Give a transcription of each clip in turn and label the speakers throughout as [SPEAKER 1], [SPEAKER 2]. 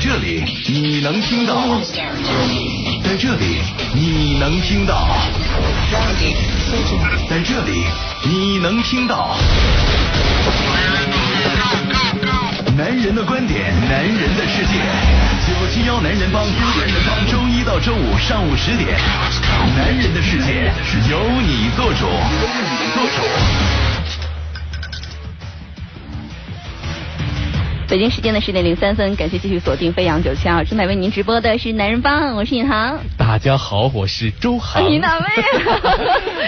[SPEAKER 1] 这里你能听到，在这里你能听到，在这里你能听到。男人的观点，男人的世界。九七幺男人帮，男人帮，周一到周五上午十点，男人的世界由你做主，由你做主。
[SPEAKER 2] 北京时间的十点零三分，感谢继续锁定飞扬九七二，正在为您直播的是《男人帮》，我是尹航。
[SPEAKER 3] 大家好，我是周航。
[SPEAKER 2] 你哪位啊？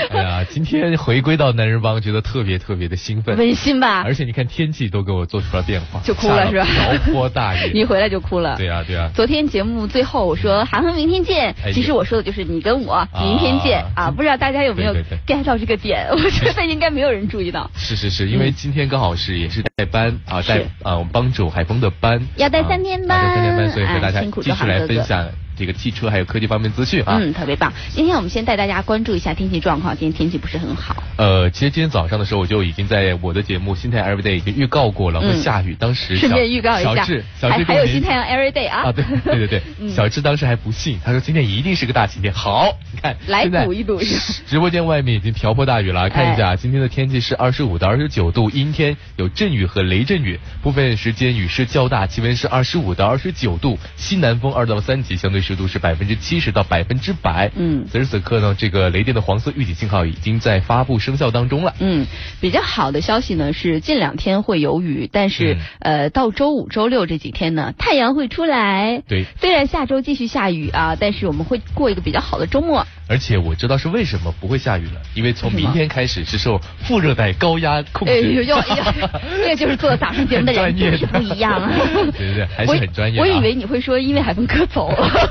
[SPEAKER 3] 哎呀，今天回归到《男人帮》，觉得特别特别的兴奋，
[SPEAKER 2] 温馨吧？
[SPEAKER 3] 而且你看天气都给我做出了变化，
[SPEAKER 2] 就哭了是吧？
[SPEAKER 3] 瓢泼大雨，
[SPEAKER 2] 你回来就哭 了。
[SPEAKER 3] 对啊对啊。
[SPEAKER 2] 昨天节目最后我说韩寒明天见，
[SPEAKER 3] 哎
[SPEAKER 2] 其实我说的就是你跟我明天见
[SPEAKER 3] 啊
[SPEAKER 2] 啊，不知道大家有没有
[SPEAKER 3] 对对对
[SPEAKER 2] get 到这个点？ 我觉得应该没有人注意到。
[SPEAKER 3] 是是是，因为今天刚好是也是带班啊，带
[SPEAKER 2] 是
[SPEAKER 3] 啊，我们帮助海峰的班，
[SPEAKER 2] 要带三天班
[SPEAKER 3] 啊带三天班，所以和
[SPEAKER 2] 哎
[SPEAKER 3] 大家
[SPEAKER 2] 辛苦
[SPEAKER 3] 继
[SPEAKER 2] 周
[SPEAKER 3] 续
[SPEAKER 2] 航
[SPEAKER 3] 来
[SPEAKER 2] 哥
[SPEAKER 3] 分
[SPEAKER 2] 哥
[SPEAKER 3] 享这个汽车还有科技方面的资讯 啊。
[SPEAKER 2] 嗯，特别棒。今天我们先带大家关注一下天气状况，今天天气不是很好。
[SPEAKER 3] 呃，其实今天早上的时候，我就已经在我的节目《心态 Everyday》已经预告过了会
[SPEAKER 2] 嗯
[SPEAKER 3] 下雨，当时小
[SPEAKER 2] 顺便预告一下
[SPEAKER 3] 小智，小
[SPEAKER 2] 还
[SPEAKER 3] 智
[SPEAKER 2] 还有
[SPEAKER 3] 跟我
[SPEAKER 2] 新太阳 every day 啊
[SPEAKER 3] 啊，对对对对，
[SPEAKER 2] 嗯
[SPEAKER 3] 小智当时还不信，他说今天一定是个大晴天。好，你看
[SPEAKER 2] 来
[SPEAKER 3] 现在
[SPEAKER 2] 赌一哎赌是吧
[SPEAKER 3] 直播间外面已经瓢泼大雨 了，看一下今天的天气是二十五到二十九度，阴天，有阵雨和雷阵雨，部分时间雨势较大，气温是二十五到二十九度，西南风二到三级，相对湿度是百分之七十到百分之百。
[SPEAKER 2] 嗯
[SPEAKER 3] 此时此刻呢，这个雷电的黄色预警信号已经在发布生效当中了。
[SPEAKER 2] 嗯，比较好的消息呢是近两天会有雨，但是、
[SPEAKER 3] 嗯
[SPEAKER 2] 呃到周五、周六这几天呢太阳会出来。
[SPEAKER 3] 对
[SPEAKER 2] 虽然下周继续下雨啊，但是我们会过一个比较好的周末。
[SPEAKER 3] 而且我知道是为什么不会下雨了，因为从
[SPEAKER 2] 为什
[SPEAKER 3] 明
[SPEAKER 2] 么
[SPEAKER 3] 天开始是受副热带高压控制。
[SPEAKER 2] 哎 呦呦哎呦这就是做早上节目的人
[SPEAKER 3] 很专业的
[SPEAKER 2] 就是不一样啊
[SPEAKER 3] 对对对，还是
[SPEAKER 2] 我以
[SPEAKER 3] 很专业的
[SPEAKER 2] 我
[SPEAKER 3] 啊、
[SPEAKER 2] 以为你会说因为海风哥走 了。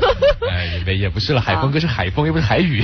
[SPEAKER 3] 哎，也没也不
[SPEAKER 2] 啊
[SPEAKER 3] 是了，海风哥是海风，又不是海 雨，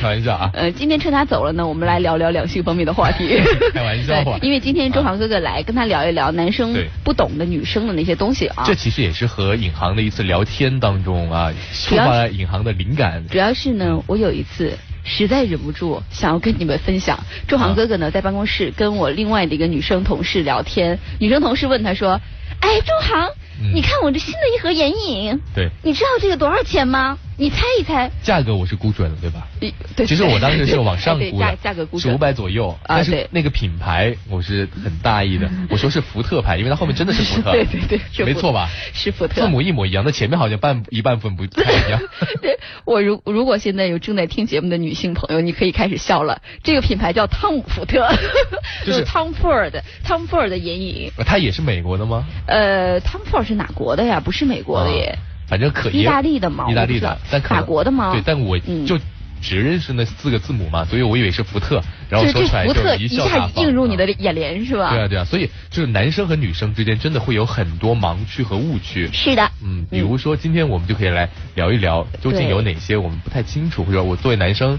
[SPEAKER 3] 开玩笑啊。
[SPEAKER 2] 呃，今天趁他走了呢，我们来聊聊两性方面的话题。
[SPEAKER 3] 开玩笑啊
[SPEAKER 2] 对因为今天周航哥哥来跟他聊一聊男生
[SPEAKER 3] 对
[SPEAKER 2] 不懂的女生的那些东西啊。
[SPEAKER 3] 这其实也是和尹航的一次聊天当中啊，触
[SPEAKER 2] 主要
[SPEAKER 3] 发
[SPEAKER 2] 是
[SPEAKER 3] 了尹航的灵感。嗯
[SPEAKER 2] 主要是呢，我有一次实在忍不住想要跟你们分享，周
[SPEAKER 3] 啊
[SPEAKER 2] 航哥哥呢在办公室跟我另外的一个女生同事聊天，女生同事问他说：“哎，周航，
[SPEAKER 3] 嗯
[SPEAKER 2] 你看我这新的一盒眼影，
[SPEAKER 3] 对，
[SPEAKER 2] 你知道这个多少钱吗？你猜一猜。
[SPEAKER 3] 价格我是估准了，呃对吧？
[SPEAKER 2] 咦”对，
[SPEAKER 3] 其实我当时是往上
[SPEAKER 2] 哎对
[SPEAKER 3] 估
[SPEAKER 2] 价
[SPEAKER 3] 的，
[SPEAKER 2] 价格估
[SPEAKER 3] 是五百左右，
[SPEAKER 2] 啊
[SPEAKER 3] 但是
[SPEAKER 2] 对
[SPEAKER 3] 那个品牌我是很大 意的，我说是福特牌，因为它后面真的是福特，
[SPEAKER 2] 对对对是福特
[SPEAKER 3] 没错吧？
[SPEAKER 2] 是福特
[SPEAKER 3] 字母一模一样，那前面好像半一半分不太一样。
[SPEAKER 2] 对我如如果现在有正在听节目的女性朋友，你可以开始笑了。这个品牌叫汤姆福特，
[SPEAKER 3] 就是
[SPEAKER 2] Tom Ford Tom Ford 的眼影。
[SPEAKER 3] 它也是美国的吗？
[SPEAKER 2] 呃，Tom Ford 是哪国的呀？不是美国的耶。
[SPEAKER 3] 啊反正可
[SPEAKER 2] 意大利的吗
[SPEAKER 3] 意大利的
[SPEAKER 2] 我不知道，
[SPEAKER 3] 但可能
[SPEAKER 2] 法国的吗
[SPEAKER 3] 对，但我
[SPEAKER 2] 嗯
[SPEAKER 3] 就只认识那四个字母嘛，所以我以为是福特，然后
[SPEAKER 2] 就是
[SPEAKER 3] 说
[SPEAKER 2] 这
[SPEAKER 3] 出来
[SPEAKER 2] 福特
[SPEAKER 3] 就
[SPEAKER 2] 一
[SPEAKER 3] 笑大
[SPEAKER 2] 下
[SPEAKER 3] 方。
[SPEAKER 2] 映入你的
[SPEAKER 3] 啊
[SPEAKER 2] 眼帘是吧？
[SPEAKER 3] 对啊对啊，所以就是男生和女生之间真的会有很多盲区和误区。
[SPEAKER 2] 是的。
[SPEAKER 3] 嗯，比如说今天我们就可以来聊一聊，究竟
[SPEAKER 2] 对
[SPEAKER 3] 有哪些我们不太清楚，或者我作为男生，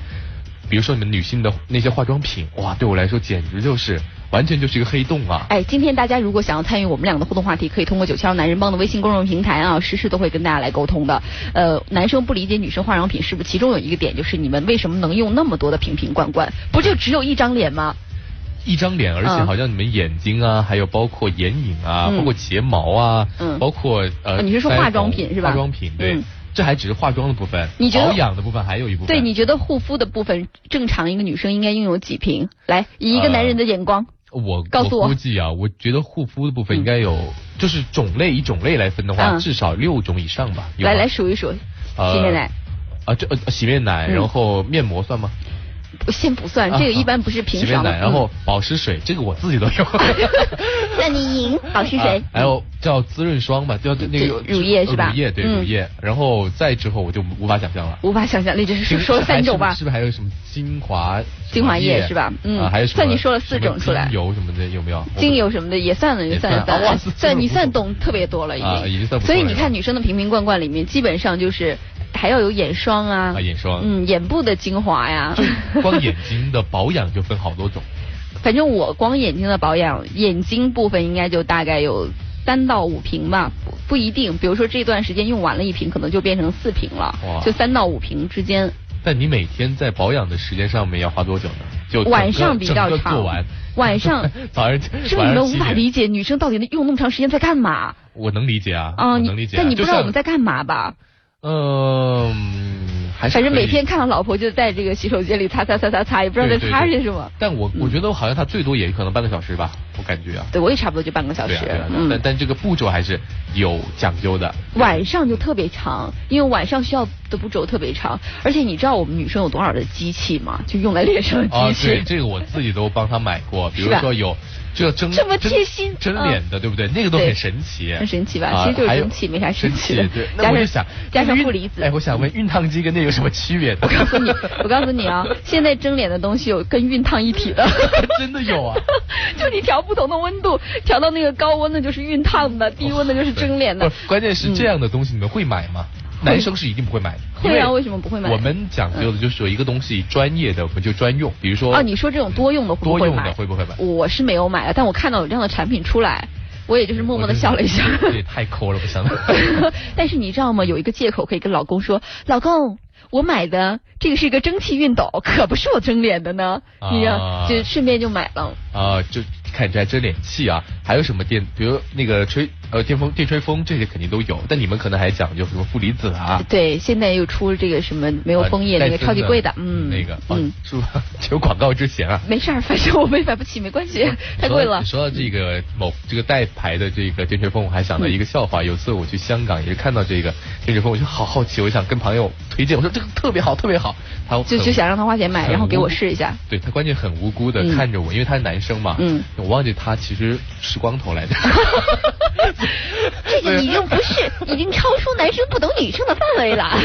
[SPEAKER 3] 比如说你们女性的那些化妆品，哇，对我来说简直就是完全就是一个黑洞 啊！
[SPEAKER 2] 哎，今天大家如果想要参与我们两个的互动话题，可以通过九七二男人帮的微信公众平台啊，实时都会跟大家来沟通的。呃，男生不理解女生化妆品是不是？其中有一个点就是你们为什么能用那么多的瓶瓶罐罐？不就只有一张脸吗？
[SPEAKER 3] 一张脸，而且
[SPEAKER 2] 嗯
[SPEAKER 3] 好像你们眼睛啊，还有包括眼影啊，
[SPEAKER 2] 嗯
[SPEAKER 3] 包括睫毛啊，
[SPEAKER 2] 嗯
[SPEAKER 3] 包括呃，
[SPEAKER 2] 啊你是说
[SPEAKER 3] 腮红
[SPEAKER 2] 化妆品是吧
[SPEAKER 3] 化妆品对
[SPEAKER 2] 嗯，
[SPEAKER 3] 这还只是化妆的部分，
[SPEAKER 2] 你觉得
[SPEAKER 3] 保养的部分还有一部分。
[SPEAKER 2] 对，你觉得护肤的部分，正常一个女生应该拥有几瓶？来，以一个男人的眼光，
[SPEAKER 3] 我
[SPEAKER 2] 告诉我
[SPEAKER 3] 我估计啊，我觉得护肤的部分应该有，就是种类以种类来分的话，
[SPEAKER 2] 嗯
[SPEAKER 3] 至少六种以上吧。有
[SPEAKER 2] 来
[SPEAKER 3] 吗
[SPEAKER 2] 来数一数，
[SPEAKER 3] 呃
[SPEAKER 2] 洗面奶。
[SPEAKER 3] 啊，这呃洗面奶，
[SPEAKER 2] 嗯
[SPEAKER 3] 然后面膜算吗？
[SPEAKER 2] 不先不算，这个一般不是
[SPEAKER 3] 啊洗
[SPEAKER 2] 平
[SPEAKER 3] 面
[SPEAKER 2] 常的。嗯
[SPEAKER 3] 奶，然后保湿水，这个我自己都 有。
[SPEAKER 2] 那你赢保湿水
[SPEAKER 3] 啊，还有叫滋润霜吧，叫那个
[SPEAKER 2] 乳液是吧
[SPEAKER 3] 乳液对，
[SPEAKER 2] 嗯
[SPEAKER 3] 乳液。然后再之后我就无法想象了。
[SPEAKER 2] 无法想象，那就是说说了三种吧
[SPEAKER 3] 是不是。是不是还有什么精华？
[SPEAKER 2] 精华液
[SPEAKER 3] 什么
[SPEAKER 2] 是吧嗯
[SPEAKER 3] 啊还有什么？
[SPEAKER 2] 算你说了四种出来
[SPEAKER 3] 什么精油什么的有没有？
[SPEAKER 2] 精油什么的也算了，
[SPEAKER 3] 也
[SPEAKER 2] 算了，
[SPEAKER 3] 算啊
[SPEAKER 2] 了
[SPEAKER 3] 哇四，
[SPEAKER 2] 算你
[SPEAKER 3] 四种
[SPEAKER 2] 算懂特别多了，已经。
[SPEAKER 3] 啊已经算不错
[SPEAKER 2] 所
[SPEAKER 3] 了
[SPEAKER 2] 以你看，女生的瓶瓶罐罐里面，基本上就是还要有眼霜啊，
[SPEAKER 3] 啊眼霜
[SPEAKER 2] 嗯，眼部的精华呀。
[SPEAKER 3] 我光眼睛的保养就分好多种。
[SPEAKER 2] 反正我光眼睛的保养，眼睛部分应该就大概有三到五瓶吧，不不一定。比如说这段时间用完了一瓶，可能就变成四瓶了
[SPEAKER 3] 哇，
[SPEAKER 2] 就三到五瓶之间。
[SPEAKER 3] 但你每天在保养的时间上面要花多久呢？就整个
[SPEAKER 2] 晚上比较
[SPEAKER 3] 整个
[SPEAKER 2] 长
[SPEAKER 3] 做完，
[SPEAKER 2] 晚上
[SPEAKER 3] 早上
[SPEAKER 2] 是不是你们无法理
[SPEAKER 3] 解？
[SPEAKER 2] 解女生到底用那么长时间在干嘛？
[SPEAKER 3] 我能理解啊，
[SPEAKER 2] 啊，
[SPEAKER 3] 我
[SPEAKER 2] 你
[SPEAKER 3] 能理解啊、
[SPEAKER 2] 但你不
[SPEAKER 3] 就
[SPEAKER 2] 知道我
[SPEAKER 3] 像
[SPEAKER 2] 们在干嘛吧？
[SPEAKER 3] 呃嗯，还是
[SPEAKER 2] 反正
[SPEAKER 3] 可以
[SPEAKER 2] 每天看到老婆就在这个洗手间里擦擦擦擦擦，也不知道在
[SPEAKER 3] 对对
[SPEAKER 2] 擦
[SPEAKER 3] 对
[SPEAKER 2] 些什么。
[SPEAKER 3] 但我
[SPEAKER 2] 嗯
[SPEAKER 3] 我觉得好像他最多也可能半个小时吧，我感觉啊。
[SPEAKER 2] 对，我也差不多就半个小
[SPEAKER 3] 对啊，
[SPEAKER 2] 时
[SPEAKER 3] 对啊，对啊但
[SPEAKER 2] 嗯，
[SPEAKER 3] 但这个步骤还是有讲究的。
[SPEAKER 2] 晚上就特别长，因为晚上需要的步骤特别长，而且你知道我们女生有多少的机器吗？就用来练上
[SPEAKER 3] 啊
[SPEAKER 2] 的，机
[SPEAKER 3] 对，
[SPEAKER 2] 器。
[SPEAKER 3] 这个我自己都帮他买 过，比如
[SPEAKER 2] 是吧
[SPEAKER 3] 说有这个蒸
[SPEAKER 2] 这么
[SPEAKER 3] 蒸
[SPEAKER 2] 贴心
[SPEAKER 3] 蒸
[SPEAKER 2] 嗯
[SPEAKER 3] 脸的，对不对？那个都
[SPEAKER 2] 对
[SPEAKER 3] 很神奇，
[SPEAKER 2] 很神奇吧
[SPEAKER 3] 啊
[SPEAKER 2] 其实就是
[SPEAKER 3] 还有
[SPEAKER 2] 蒸汽没啥神奇的
[SPEAKER 3] 蒸汽 对，
[SPEAKER 2] 加
[SPEAKER 3] 那我就
[SPEAKER 2] 上
[SPEAKER 3] 想
[SPEAKER 2] 加上
[SPEAKER 3] 那
[SPEAKER 2] 负
[SPEAKER 3] 熨
[SPEAKER 2] 离子嗯
[SPEAKER 3] 哎，我想问，熨烫机跟那有什么区别呢？
[SPEAKER 2] 我告诉你，我告诉你啊，现在蒸脸的东西有跟熨烫一体 的。
[SPEAKER 3] 真的有啊。
[SPEAKER 2] 就你调不同的温度，调到那个高温的就是熨烫的，低温的就是蒸脸的嗯
[SPEAKER 3] 不。是关键是这样的东西你们会买吗？男生是一定不会买的，
[SPEAKER 2] 会
[SPEAKER 3] 因
[SPEAKER 2] 啊为什么不会买
[SPEAKER 3] 我们讲究的就是有一个东西专业的，我们就专用，比如说
[SPEAKER 2] 啊，你说这种多用的会不
[SPEAKER 3] 多
[SPEAKER 2] 会
[SPEAKER 3] 用
[SPEAKER 2] 买？
[SPEAKER 3] 的会不会买？
[SPEAKER 2] 我是没有买的，但我看到有这样的产品出来，我也就是默默的笑了一下。
[SPEAKER 3] 这也哎太抠了，不行。
[SPEAKER 2] 但是你知道吗？有一个借口可以跟老公说，老公。我买的这个是一个蒸汽熨斗，可不是我蒸脸的呢，
[SPEAKER 3] 啊
[SPEAKER 2] 你知道，就顺便就买了。
[SPEAKER 3] 啊、就看这还真脸气啊！还有什么电，比如那个吹呃电风电吹风这些肯定都有，但你们可能还讲究什么负离子啊，
[SPEAKER 2] 对，现在又出这个什么没有枫叶
[SPEAKER 3] 呃
[SPEAKER 2] 那个超级贵的，嗯，
[SPEAKER 3] 那个，嗯
[SPEAKER 2] 嗯，，
[SPEAKER 3] 是吧？ 有广告之嫌啊。
[SPEAKER 2] 没事儿，反正我们买不起，没 关系，太贵了
[SPEAKER 3] 你。说到这个某这个带牌的这个电吹风，我还想到一个笑话。有次我去香港也是看到这个电吹风，我就好好奇，我想跟朋友推荐，我说这个特别好，特别好。他
[SPEAKER 2] 就
[SPEAKER 3] 很
[SPEAKER 2] 就想让他花钱买，
[SPEAKER 3] 很
[SPEAKER 2] 然后给
[SPEAKER 3] 无
[SPEAKER 2] 我试一下。
[SPEAKER 3] 对他关键很无辜的
[SPEAKER 2] 嗯
[SPEAKER 3] 看着我，因为他是男生嘛，
[SPEAKER 2] 嗯
[SPEAKER 3] 我忘记他其实是光头 来着。
[SPEAKER 2] 这个已经不是，已经超出男生不懂女生的范围了。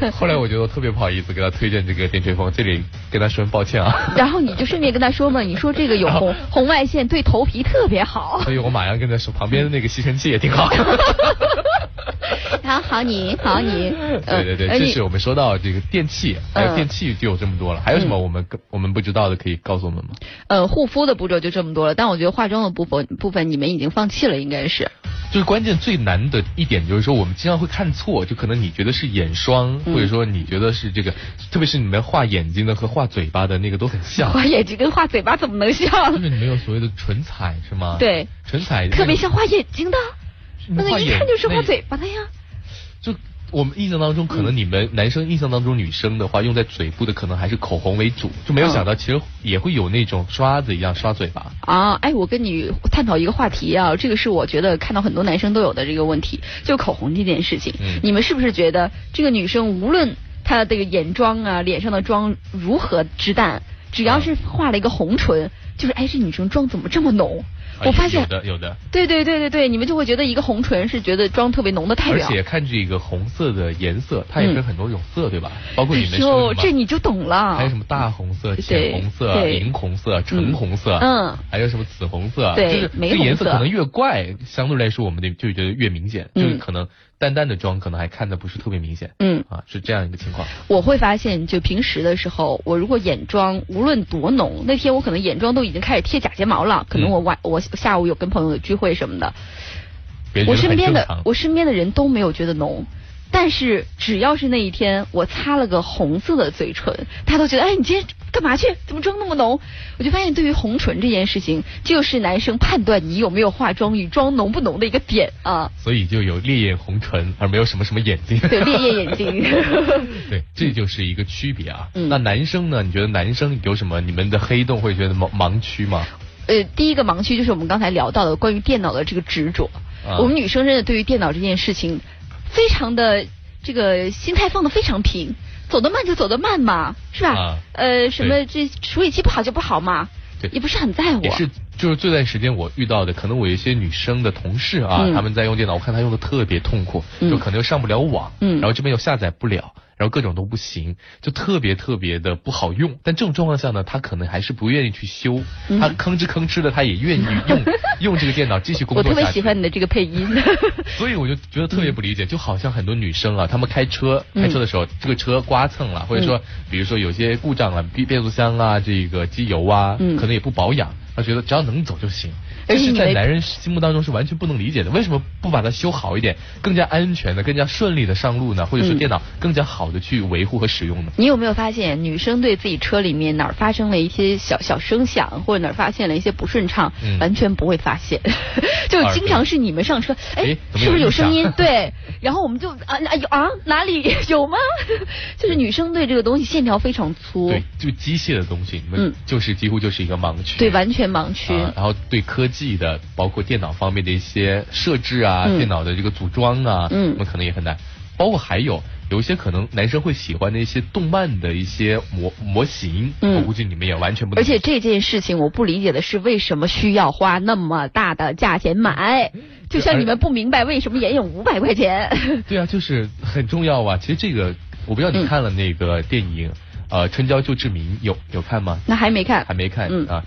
[SPEAKER 3] 后来我觉得我特别不好意思给他推荐这个电吹风，这里跟他说声抱歉 啊。
[SPEAKER 2] 然后你就顺便跟他说嘛，你说这个有红红外线对头皮特别 好。
[SPEAKER 3] 所以我马上跟他说，旁边的那个吸尘器也挺好。
[SPEAKER 2] 好好你好你，
[SPEAKER 3] 对对对，
[SPEAKER 2] 呃
[SPEAKER 3] 这
[SPEAKER 2] 你
[SPEAKER 3] 是我们说到这个电器，还有
[SPEAKER 2] 嗯
[SPEAKER 3] 电器就有这么多了，还有什么我们跟我们不知道的可以告诉我们吗？
[SPEAKER 2] 呃护肤的步骤就这么多了，但我觉得化妆的部分部分你们已经放弃了，应该是。
[SPEAKER 3] 就是关键最难的一点就是说，我们经常会看错，就可能你觉得是眼霜，
[SPEAKER 2] 嗯
[SPEAKER 3] 或者说你觉得是这个，特别是你们画眼睛的和画嘴巴的那个都很 像，
[SPEAKER 2] 画眼睛跟画嘴巴怎么能像
[SPEAKER 3] 就？是你们有所谓的唇彩是吗？，
[SPEAKER 2] 对，
[SPEAKER 3] 唇彩
[SPEAKER 2] 特别像画眼睛的，那个一看就是画。
[SPEAKER 3] 那个画眼
[SPEAKER 2] 嘴巴的呀。
[SPEAKER 3] 那就我们印象当中，可能你
[SPEAKER 2] 嗯
[SPEAKER 3] 们男生印象当中，女生的话用在嘴部的可能还是口红为主，就没有
[SPEAKER 2] 嗯
[SPEAKER 3] 想到其实也会有那种刷子一样刷嘴巴。
[SPEAKER 2] 啊，哎，我跟你探讨一个话题啊，这个是我觉得看到很多男生都有的这个问题，就口红这件事情。
[SPEAKER 3] 嗯
[SPEAKER 2] 你们是不是觉得这个女生无论她这个眼妆啊、脸上的妆如何之淡，只
[SPEAKER 3] 啊
[SPEAKER 2] 要是画了一个红唇，就是哎，这女生妆怎么这么浓？
[SPEAKER 3] 啊
[SPEAKER 2] 我发
[SPEAKER 3] 有
[SPEAKER 2] 现
[SPEAKER 3] 有，的有的，
[SPEAKER 2] 对对对对对，你们就会觉得一个红唇是觉得妆特别浓的代
[SPEAKER 3] 而
[SPEAKER 2] 表。
[SPEAKER 3] 且看这个红色的颜色，它也
[SPEAKER 2] 嗯
[SPEAKER 3] 分很多种色，对吧？包括你们
[SPEAKER 2] 哎
[SPEAKER 3] 说
[SPEAKER 2] 呦，
[SPEAKER 3] 的
[SPEAKER 2] 这
[SPEAKER 3] 什么。
[SPEAKER 2] 你就懂了。
[SPEAKER 3] 还有什么大红色、
[SPEAKER 2] 对
[SPEAKER 3] 浅红色、
[SPEAKER 2] 对
[SPEAKER 3] 荧红色、橙红色，
[SPEAKER 2] 嗯
[SPEAKER 3] 还有什么紫红色，
[SPEAKER 2] 对
[SPEAKER 3] 就是
[SPEAKER 2] 玫
[SPEAKER 3] 这个颜色
[SPEAKER 2] 红
[SPEAKER 3] 可
[SPEAKER 2] 色
[SPEAKER 3] 能越怪，相对来说我们的就觉得越明显，
[SPEAKER 2] 嗯
[SPEAKER 3] 就是可能淡淡的妆可能还看的不是特别明显，
[SPEAKER 2] 嗯。
[SPEAKER 3] 啊，是这样一个情况。
[SPEAKER 2] 我会发现，就平时的时候，我如果眼妆无论多浓，那天我可能眼妆都已经开始贴假睫毛了，可
[SPEAKER 3] 嗯
[SPEAKER 2] 能我晚、我下午有跟朋友聚会什么的，
[SPEAKER 3] 别人
[SPEAKER 2] 我
[SPEAKER 3] 觉得
[SPEAKER 2] 身
[SPEAKER 3] 很
[SPEAKER 2] 边
[SPEAKER 3] 正
[SPEAKER 2] 的
[SPEAKER 3] 常
[SPEAKER 2] 我身边的人都没有觉得浓，但是只要是那一天我擦了个红色的嘴唇，大家都觉得哎你今天干嘛去？怎么妆那么浓？我就发现对于红唇这件事情，就是男生判断你有没有化妆与妆浓不浓的一个点啊，
[SPEAKER 3] 所以就有烈焰红唇，而没有什么什么眼睛。
[SPEAKER 2] 对，烈焰 眼睛。
[SPEAKER 3] 对，这就是一个区别啊。
[SPEAKER 2] 嗯
[SPEAKER 3] 那男生呢？你觉得男生有什么你们的黑洞会觉得盲盲区吗？
[SPEAKER 2] 呃，第一个盲区就是我们刚才聊到的关于电脑的这个执着。
[SPEAKER 3] 啊
[SPEAKER 2] 我们女生真的对于电脑这件事情，非常的这个心态放的非常平，走得慢就走得慢嘛，是吧？
[SPEAKER 3] 啊
[SPEAKER 2] 呃，什么这处理器不好就不好嘛，
[SPEAKER 3] 对
[SPEAKER 2] 也不是很在乎。
[SPEAKER 3] 也是，就是这段时间我遇到的，可能我有一些女生的同事啊，
[SPEAKER 2] 嗯
[SPEAKER 3] 她们在用电脑，我看她用的特别痛苦，
[SPEAKER 2] 嗯
[SPEAKER 3] 就可能又上不了网，
[SPEAKER 2] 嗯
[SPEAKER 3] 然后这边又下载不了，然后各种都不行，就特别特别的不好用。但这种状况下呢，她可能还是不愿意去修，
[SPEAKER 2] 嗯
[SPEAKER 3] 她吭哧吭哧的，她也愿意 用用这个电脑继续工
[SPEAKER 2] 我
[SPEAKER 3] 作
[SPEAKER 2] 特别
[SPEAKER 3] 下
[SPEAKER 2] 喜
[SPEAKER 3] 去。
[SPEAKER 2] 欢你的这个配 音。
[SPEAKER 3] 所以我就觉得特别不理解，就好像很多女生啊，她们开车
[SPEAKER 2] 嗯
[SPEAKER 3] 开车的时候，这个车刮蹭了，或者说比如说有些故障了，变变速箱啊，这个机油啊，
[SPEAKER 2] 嗯
[SPEAKER 3] 可能也不保养，他觉得只要能走就行。
[SPEAKER 2] 而
[SPEAKER 3] 这
[SPEAKER 2] 且
[SPEAKER 3] 是
[SPEAKER 2] 你
[SPEAKER 3] 在
[SPEAKER 2] 没
[SPEAKER 3] 男人心目当中是完全不能理解的，为什么不把它修好一点，更加安全的、更加顺利的上路呢？或者说
[SPEAKER 2] 嗯
[SPEAKER 3] 电脑更加好的去维护和使用呢？
[SPEAKER 2] 你有没有发现，女生对自己车里面哪儿发生了一些小小声响，或者哪儿发现了一些不顺畅，
[SPEAKER 3] 嗯
[SPEAKER 2] 完全不会发现， 就
[SPEAKER 3] 耳
[SPEAKER 2] 经
[SPEAKER 3] 朵
[SPEAKER 2] 常是你们上车，哎
[SPEAKER 3] 哎，怎么
[SPEAKER 2] 是不
[SPEAKER 3] 有
[SPEAKER 2] 是有
[SPEAKER 3] 异
[SPEAKER 2] 声
[SPEAKER 3] 响
[SPEAKER 2] 音？对， 然后我们就啊啊有啊哪里有吗？ 就是女生对这个东西线条非常粗，
[SPEAKER 3] 对，就机械的东西，你
[SPEAKER 2] 哦嗯
[SPEAKER 3] 们就是几乎就是一个盲区。
[SPEAKER 2] 对完全盲区。
[SPEAKER 3] 啊，然后对科技的，包括电脑方面的一些设置啊，
[SPEAKER 2] 嗯
[SPEAKER 3] 电脑的这个组装啊，
[SPEAKER 2] 嗯
[SPEAKER 3] 我们可能也很难。包括还有有一些可能男生会喜欢的一些动漫的一些模模型，
[SPEAKER 2] 嗯
[SPEAKER 3] 我估计你们也完全不能
[SPEAKER 2] 而
[SPEAKER 3] 理解。
[SPEAKER 2] 且这件事情我不理解的是，为什么需要花那么大的价钱买？就像你们不明白为什么眼影五百块钱。
[SPEAKER 3] 对啊，就是很重要啊。其实这个我不知道
[SPEAKER 2] 嗯
[SPEAKER 3] 你看了那个电影，呃，《春娇救志明》有有看吗？
[SPEAKER 2] 那还没看，
[SPEAKER 3] 还没看、
[SPEAKER 2] 嗯
[SPEAKER 3] 啊。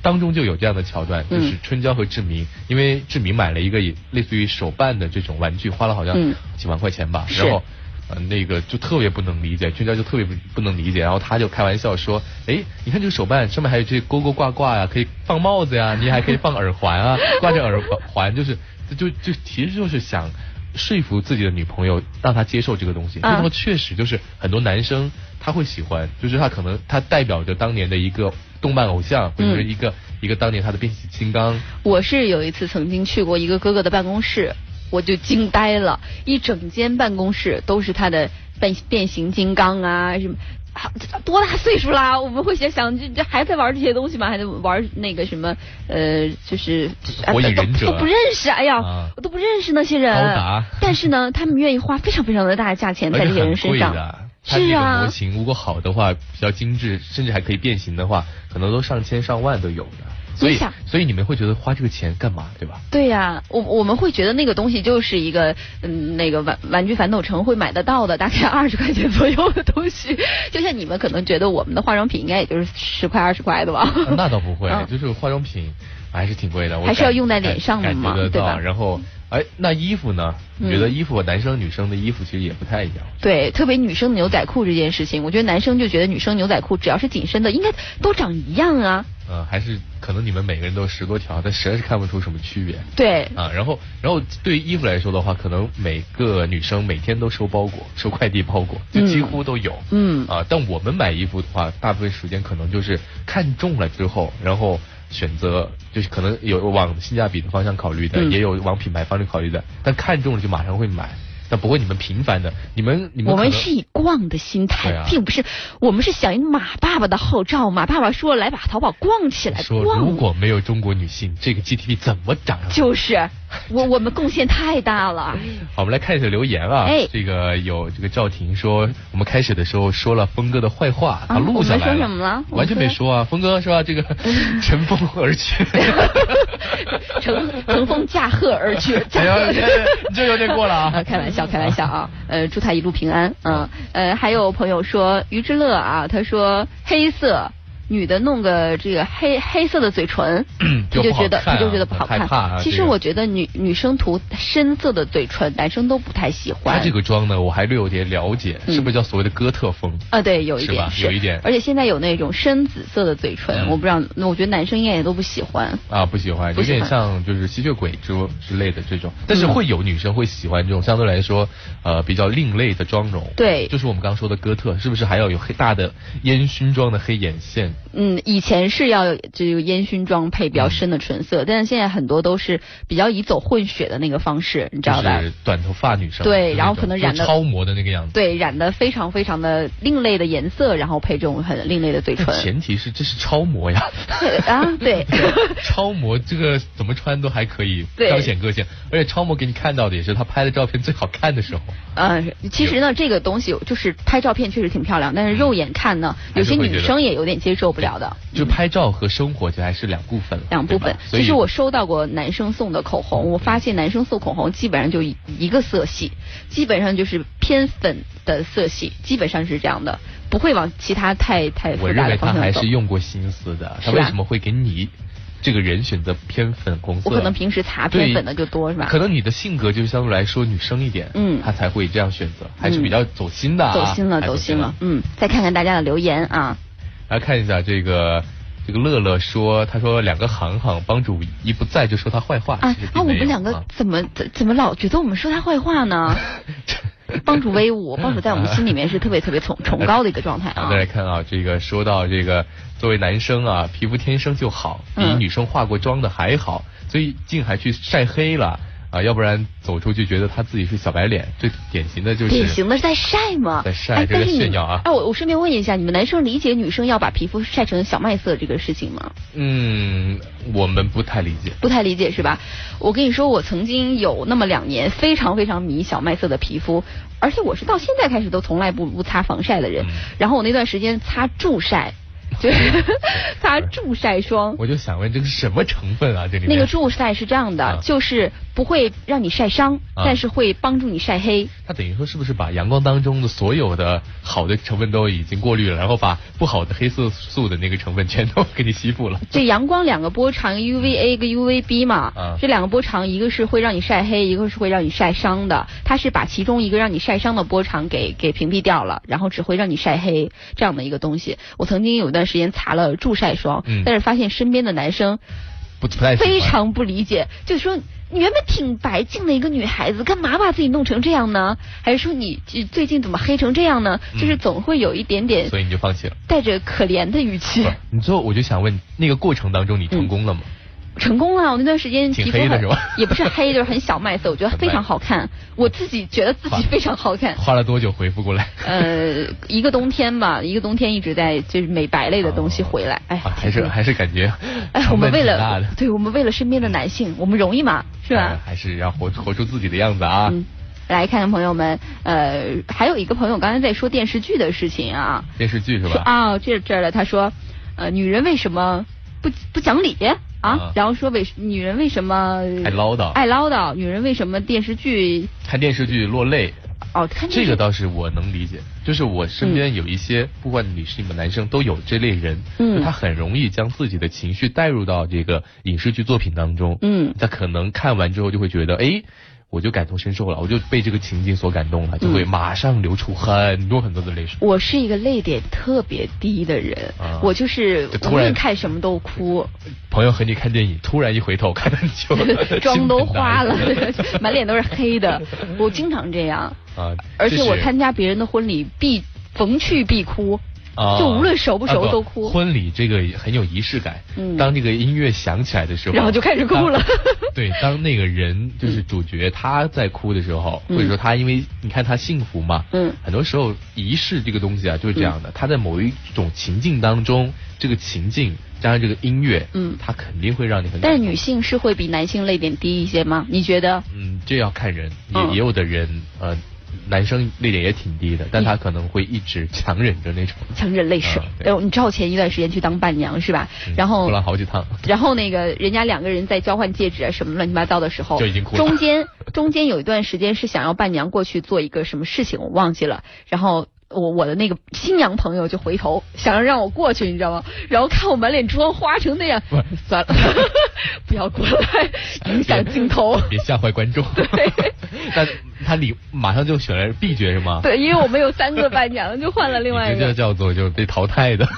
[SPEAKER 3] 当中就有这样的桥段，就
[SPEAKER 2] 嗯
[SPEAKER 3] 是春娇和志明，因为志明买了一个也类似于手办的这种玩具，花了好像
[SPEAKER 2] 嗯
[SPEAKER 3] 几万块钱吧，
[SPEAKER 2] 是
[SPEAKER 3] 然后。呃，那个就特别不能理解，春娇就特别不不能理解，然后他就开玩笑说：“哎，你看这个手办上面还有这些勾勾挂挂呀、可以放帽子 呀、你还可以放耳环啊，挂着耳环，就是就就其实就是想说服自己的女朋友，让她接受这个东西。
[SPEAKER 2] 啊
[SPEAKER 3] 这个确实就是很多男生他会喜欢，就是他可能他代表着当年的一个动漫偶像，
[SPEAKER 2] 嗯
[SPEAKER 3] 或者是一个、一个当年他的变形金刚。
[SPEAKER 2] 我是有一次曾经去过一个哥哥的办公室，我就惊呆了，一整间办公室都是他的变变形金刚啊什么。啊多大岁数啦？我们会想想，这这还在玩这些东西吗？还在玩那个什么，呃，就是
[SPEAKER 3] 火影忍者
[SPEAKER 2] 都都不认识。哎呀，
[SPEAKER 3] 啊
[SPEAKER 2] 我都不认识那些人
[SPEAKER 3] 高达。
[SPEAKER 2] 但是呢，他们愿意花非常非常的大的价钱
[SPEAKER 3] 而
[SPEAKER 2] 在
[SPEAKER 3] 且
[SPEAKER 2] 这些人
[SPEAKER 3] 很
[SPEAKER 2] 身
[SPEAKER 3] 贵
[SPEAKER 2] 上。
[SPEAKER 3] 的。它那
[SPEAKER 2] 是
[SPEAKER 3] 个
[SPEAKER 2] 啊
[SPEAKER 3] 模，型如果好的话，比较精致，甚至还可以变形的话，可能都上千上万都有的。所
[SPEAKER 2] 你
[SPEAKER 3] 以
[SPEAKER 2] 想，
[SPEAKER 3] 所以你们会觉得花这个钱干嘛，对吧？
[SPEAKER 2] 对呀、我我们会觉得那个东西就是一个，嗯，那个玩玩具反斗城会买得到的，大概 二十块钱左右的东西。 就像你们可能觉得我们的化妆品应该也就是十块二十块的吧？
[SPEAKER 3] 啊呃那倒不会，
[SPEAKER 2] 嗯
[SPEAKER 3] 就是化妆品还是挺贵的，我
[SPEAKER 2] 还是
[SPEAKER 3] 感
[SPEAKER 2] 要用在脸上的嘛
[SPEAKER 3] 感觉得
[SPEAKER 2] 对吧
[SPEAKER 3] 到。然后，哎，那衣服呢？
[SPEAKER 2] 嗯
[SPEAKER 3] 你觉得衣服，男生女生的衣服其实也不太一样。
[SPEAKER 2] 对，特别女生牛仔裤这件事情，我觉得男生就觉得女生牛仔裤只要是紧身的，应该都长一样啊。
[SPEAKER 3] 呃，还是可能你们每个人都有十多条，但实在是看不出什么区别
[SPEAKER 2] 对，
[SPEAKER 3] 啊。然后，然后对于衣服来说的话，可能每个女生每天都收包裹，收快递包裹，就几乎都有。
[SPEAKER 2] 嗯
[SPEAKER 3] 啊，但我们买衣服的话，大部分时间可能就是看中了之后，然后选择就是可能有往性价比的方向考虑的，
[SPEAKER 2] 嗯
[SPEAKER 3] 也有往品牌方向考虑的，但看中了就马上会买。但不会你们频繁的，你们你们
[SPEAKER 2] 我
[SPEAKER 3] 可
[SPEAKER 2] 们
[SPEAKER 3] 能
[SPEAKER 2] 是以逛的心态，
[SPEAKER 3] 对啊
[SPEAKER 2] 并不是我们是响应马爸爸的号召，马爸爸说来把淘宝逛起来，
[SPEAKER 3] 说
[SPEAKER 2] 逛
[SPEAKER 3] 如果没有中国女性，这个 GDP 怎么涨上去？
[SPEAKER 2] 就是我我们贡献太大了。
[SPEAKER 3] 好，我们来看一下留言啊。
[SPEAKER 2] 哎
[SPEAKER 3] 这个有这个赵婷说，我们开始的时候说了峰哥的坏话，他
[SPEAKER 2] 啊
[SPEAKER 3] 录下来
[SPEAKER 2] 我们说什么了
[SPEAKER 3] 完全没说啊，峰哥是吧？这 个乘风而去。
[SPEAKER 2] 乘乘风驾鹤而去。驾
[SPEAKER 3] 哎
[SPEAKER 2] 鹤
[SPEAKER 3] 呀，你这你这有点过了啊，
[SPEAKER 2] 啊！！开玩笑，开玩笑啊！呃，祝他一路平安。嗯，呃，还有朋友说于之乐啊，他说黑色女的弄个这个黑黑色的嘴唇
[SPEAKER 3] 就
[SPEAKER 2] 他就
[SPEAKER 3] 不好
[SPEAKER 2] 觉得
[SPEAKER 3] 看
[SPEAKER 2] 他
[SPEAKER 3] 啊
[SPEAKER 2] 就觉得不好
[SPEAKER 3] 很害
[SPEAKER 2] 看
[SPEAKER 3] 怕啊。
[SPEAKER 2] 其
[SPEAKER 3] 这
[SPEAKER 2] 实
[SPEAKER 3] 个
[SPEAKER 2] 我觉得女女生涂深色的嘴唇，男生都不太喜
[SPEAKER 3] 他
[SPEAKER 2] 欢。
[SPEAKER 3] 这个妆呢，我还略有点了解，
[SPEAKER 2] 嗯
[SPEAKER 3] 是不是叫所谓的哥特风？
[SPEAKER 2] 啊，对，有一
[SPEAKER 3] 是吧
[SPEAKER 2] 点
[SPEAKER 3] 有一点
[SPEAKER 2] 而且现在有那种深紫色的嘴唇，
[SPEAKER 3] 嗯
[SPEAKER 2] 我不知道，那我觉得男生应该也都不喜欢。
[SPEAKER 3] 啊，不喜欢，
[SPEAKER 2] 不
[SPEAKER 3] 有
[SPEAKER 2] 喜欢
[SPEAKER 3] 点像就是吸血鬼之之类的这种，但是会有女生会喜欢这种相对来说，呃，比较另类的妆容。
[SPEAKER 2] 对
[SPEAKER 3] 就是我们刚刚说的哥特，是不是还要有黑大的烟熏妆的黑眼线？
[SPEAKER 2] 嗯，以前是要这个烟熏妆配比较深的唇
[SPEAKER 3] 嗯
[SPEAKER 2] 色，但是现在很多都是比较以走混血的那个方式，你知道吧？
[SPEAKER 3] 就是短头发女生。啊
[SPEAKER 2] 对
[SPEAKER 3] 就是
[SPEAKER 2] 然后
[SPEAKER 3] 那种
[SPEAKER 2] 可能染
[SPEAKER 3] 就
[SPEAKER 2] 得
[SPEAKER 3] 超模的那个样子。
[SPEAKER 2] 对，染的非常非常的另类的颜色，然后配这种很另类的嘴唇
[SPEAKER 3] 但。前提是这是超模呀，
[SPEAKER 2] 对 啊， 对，
[SPEAKER 3] 超模这个怎么穿都还可以，
[SPEAKER 2] 对
[SPEAKER 3] 彰显个性，而且超模给你看到的也是她拍的照片最好看的时候。
[SPEAKER 2] 呃，其实呢，这个东西就是拍照片确实挺漂亮，但是肉眼看呢，有些
[SPEAKER 3] 还是会觉
[SPEAKER 2] 女
[SPEAKER 3] 得
[SPEAKER 2] 生也有点接受不了的。
[SPEAKER 3] 就拍照和生活就还是两部分了，
[SPEAKER 2] 两
[SPEAKER 3] 对
[SPEAKER 2] 部分
[SPEAKER 3] 吧。啊所以
[SPEAKER 2] 其实我收到过男生送的口红，我发现男生送口红基本上就一个色系，基本上就是偏粉的色系，基本上是这样的，不会往其他太太
[SPEAKER 3] 我
[SPEAKER 2] 复杂
[SPEAKER 3] 认为
[SPEAKER 2] 的
[SPEAKER 3] 他
[SPEAKER 2] 方
[SPEAKER 3] 还
[SPEAKER 2] 向走
[SPEAKER 3] 是。用过心思的，
[SPEAKER 2] 是
[SPEAKER 3] 他
[SPEAKER 2] 啊吧
[SPEAKER 3] 为什么会给你这个人选择偏粉红色？
[SPEAKER 2] 我可能平时擦偏粉的就多是吧
[SPEAKER 3] 可能你的性格就是相对来说女生一点，
[SPEAKER 2] 嗯
[SPEAKER 3] 他才会这样选择，还是比较走心的、啊
[SPEAKER 2] 走心了，
[SPEAKER 3] 还
[SPEAKER 2] 走
[SPEAKER 3] 走
[SPEAKER 2] 心了。嗯，再看看大家的留言啊，
[SPEAKER 3] 来看一下这个这个乐乐说，他说两个航航帮主一不在就说他坏话
[SPEAKER 2] 啊
[SPEAKER 3] 其实并
[SPEAKER 2] 啊！我
[SPEAKER 3] 没有
[SPEAKER 2] 们两个
[SPEAKER 3] 啊
[SPEAKER 2] 怎么怎怎么老觉得我们说他坏 话呢？帮主威武，帮主在我们心里面是特别特别 崇崇高的一个状态
[SPEAKER 3] 好
[SPEAKER 2] 啊
[SPEAKER 3] 再。来看啊，这个说到这个，作为男生啊，皮肤天生就好，比
[SPEAKER 2] 嗯
[SPEAKER 3] 女生化过妆的还好，最近还去晒黑了啊，要不然走出去觉得他自己是小白脸，最典型的就是
[SPEAKER 2] 典型的是在晒嘛，
[SPEAKER 3] 在晒
[SPEAKER 2] 哎
[SPEAKER 3] 这个
[SPEAKER 2] 但是你
[SPEAKER 3] 炫耀啊
[SPEAKER 2] 哎，我我顺便问一下，你们男生理解女生要把皮肤晒成小麦色这个事情吗？
[SPEAKER 3] 嗯，我们不太理解，
[SPEAKER 2] 不太理解是吧？我跟你说，我曾经有那么两年非常非常迷小麦色的皮肤，而且我是到现在开始都从来不不擦防晒的人。
[SPEAKER 3] 嗯
[SPEAKER 2] 然后我那段时间擦助晒， 就是擦助晒霜。
[SPEAKER 3] 我就想问这个是什么成分啊？这里面
[SPEAKER 2] 那个助晒是这样的，
[SPEAKER 3] 啊
[SPEAKER 2] 就是不会让你晒伤，
[SPEAKER 3] 啊
[SPEAKER 2] 但是会帮助你晒黑。
[SPEAKER 3] 它等于说是不是把阳光当中的所有的好的成分都已经过滤了，然后把不好的黑色素的那个成分全都给你吸附了？
[SPEAKER 2] 这阳光两个波长，UVA 跟 UVB 嘛，
[SPEAKER 3] 啊
[SPEAKER 2] 这两个波长一个是会让你晒黑，一个是会让你晒伤的。它是把其中一个让你晒伤的波长给给屏蔽掉了，然后只会让你晒黑这样的一个东西。我曾经有一段时间擦了助晒霜，
[SPEAKER 3] 嗯
[SPEAKER 2] 但是发现身边的男生
[SPEAKER 3] 不不太喜欢
[SPEAKER 2] 非常不理解，就说你原本挺白净的一个女孩子，干嘛把自己弄成这样呢？还是说你这最近怎么黑成这样呢？就是
[SPEAKER 3] 嗯
[SPEAKER 2] 总会有一点点
[SPEAKER 3] 所以你就放弃了。
[SPEAKER 2] 带着可怜的语气。
[SPEAKER 3] 你最后我就想问，那个过程当中你成功了吗？
[SPEAKER 2] 成功了，我那段时间皮
[SPEAKER 3] 挺
[SPEAKER 2] 肤
[SPEAKER 3] 黑的
[SPEAKER 2] 很
[SPEAKER 3] 是吧
[SPEAKER 2] 也不是黑，就是很小麦色，我觉得非常好看，我自己觉得自己非常好看。
[SPEAKER 3] 花了多久回复过来？
[SPEAKER 2] 嗯呃，一个冬天吧，一个冬天一直在就是美白类的东西回来，哎呀，
[SPEAKER 3] 啊还是还是感觉
[SPEAKER 2] 哎，我
[SPEAKER 3] 成
[SPEAKER 2] 们
[SPEAKER 3] 本
[SPEAKER 2] 为
[SPEAKER 3] 挺大
[SPEAKER 2] 了
[SPEAKER 3] 的，
[SPEAKER 2] 对我们为了身边的男性，我们容易吗？是吧
[SPEAKER 3] 呃？还是要活活出自己的样子啊！
[SPEAKER 2] 嗯，来看看朋友们，呃，还有一个朋友刚才在说电视剧的事情啊，
[SPEAKER 3] 电视剧是
[SPEAKER 2] 说
[SPEAKER 3] 吧？
[SPEAKER 2] 啊、这这儿了，他说，呃，女人为什么不不讲理啊？
[SPEAKER 3] 啊
[SPEAKER 2] 然后说为女人为什么
[SPEAKER 3] 爱唠叨
[SPEAKER 2] 爱唠叨，女人为什么电视剧
[SPEAKER 3] 看电视剧落泪，
[SPEAKER 2] 哦看电
[SPEAKER 3] 这
[SPEAKER 2] 视
[SPEAKER 3] 个倒是我能理解，就是我身边有一些，不管女性吧男生都有这类人，
[SPEAKER 2] 嗯
[SPEAKER 3] 就他很容易将自己的情绪带入到这个影视剧作品当中，
[SPEAKER 2] 嗯
[SPEAKER 3] 他可能看完之后就会觉得，哎。我就感同身受了，我就被这个情景所感动了，
[SPEAKER 2] 嗯
[SPEAKER 3] 就会马上流出很多很多的泪水。
[SPEAKER 2] 我是一个泪点特别低的人，
[SPEAKER 3] 啊
[SPEAKER 2] 我就是
[SPEAKER 3] 就突
[SPEAKER 2] 无论
[SPEAKER 3] 然
[SPEAKER 2] 看什么都 哭，
[SPEAKER 3] 朋友和你看电影，突然一回头，看到你就
[SPEAKER 2] 妆都花了
[SPEAKER 3] 心疼的，
[SPEAKER 2] 满脸都是黑的，我经常这 样。
[SPEAKER 3] 啊！
[SPEAKER 2] 而且我
[SPEAKER 3] 这是
[SPEAKER 2] 参加别人的婚礼必逢去必哭，
[SPEAKER 3] 啊，
[SPEAKER 2] 就无论熟不熟
[SPEAKER 3] 啊
[SPEAKER 2] 都哭
[SPEAKER 3] 婚礼这个很有仪式感，
[SPEAKER 2] 嗯
[SPEAKER 3] 当这个音乐响起来的时候，
[SPEAKER 2] 然后就开始哭了
[SPEAKER 3] 当对，当那个人就是主角他在哭的时候，
[SPEAKER 2] 嗯
[SPEAKER 3] 或者说他因为你看他幸福嘛，
[SPEAKER 2] 嗯
[SPEAKER 3] 很多时候仪式这个东西啊就是这样的，他在某一种情境当中，这个情境加上这个音乐，
[SPEAKER 2] 嗯
[SPEAKER 3] 他肯定会让你很感动。
[SPEAKER 2] 但是女性是会比男性泪点低一些吗？你觉得？
[SPEAKER 3] 嗯，这要看人，也、
[SPEAKER 2] 嗯
[SPEAKER 3] 也有的人呃，男生泪点也挺低的，但他可能会一直强忍着那种，
[SPEAKER 2] 强忍泪水
[SPEAKER 3] 啊。对
[SPEAKER 2] 哎、呦，你知道我前一段时间去当伴娘是吧？然后
[SPEAKER 3] 哭了好几趟。
[SPEAKER 2] 然后那个人家两个人在交换戒指啊什么乱七八糟的时候，
[SPEAKER 3] 就已经哭了
[SPEAKER 2] 中间中间有一段时间是想要伴娘过去做一个什么事情，我忘记了。然后我我的那个新娘朋友就回头想要让我过去，你知道吗？然后看我满脸妆花成那样
[SPEAKER 3] 不是，
[SPEAKER 2] 算了， 不要过来，影响镜头。
[SPEAKER 3] 别吓坏观众。
[SPEAKER 2] 对，
[SPEAKER 3] 那他你马上就选了 B 角是吗？，
[SPEAKER 2] 对，因为我们有三个伴娘，就换了另外一个
[SPEAKER 3] 这。叫做就是被淘汰 的。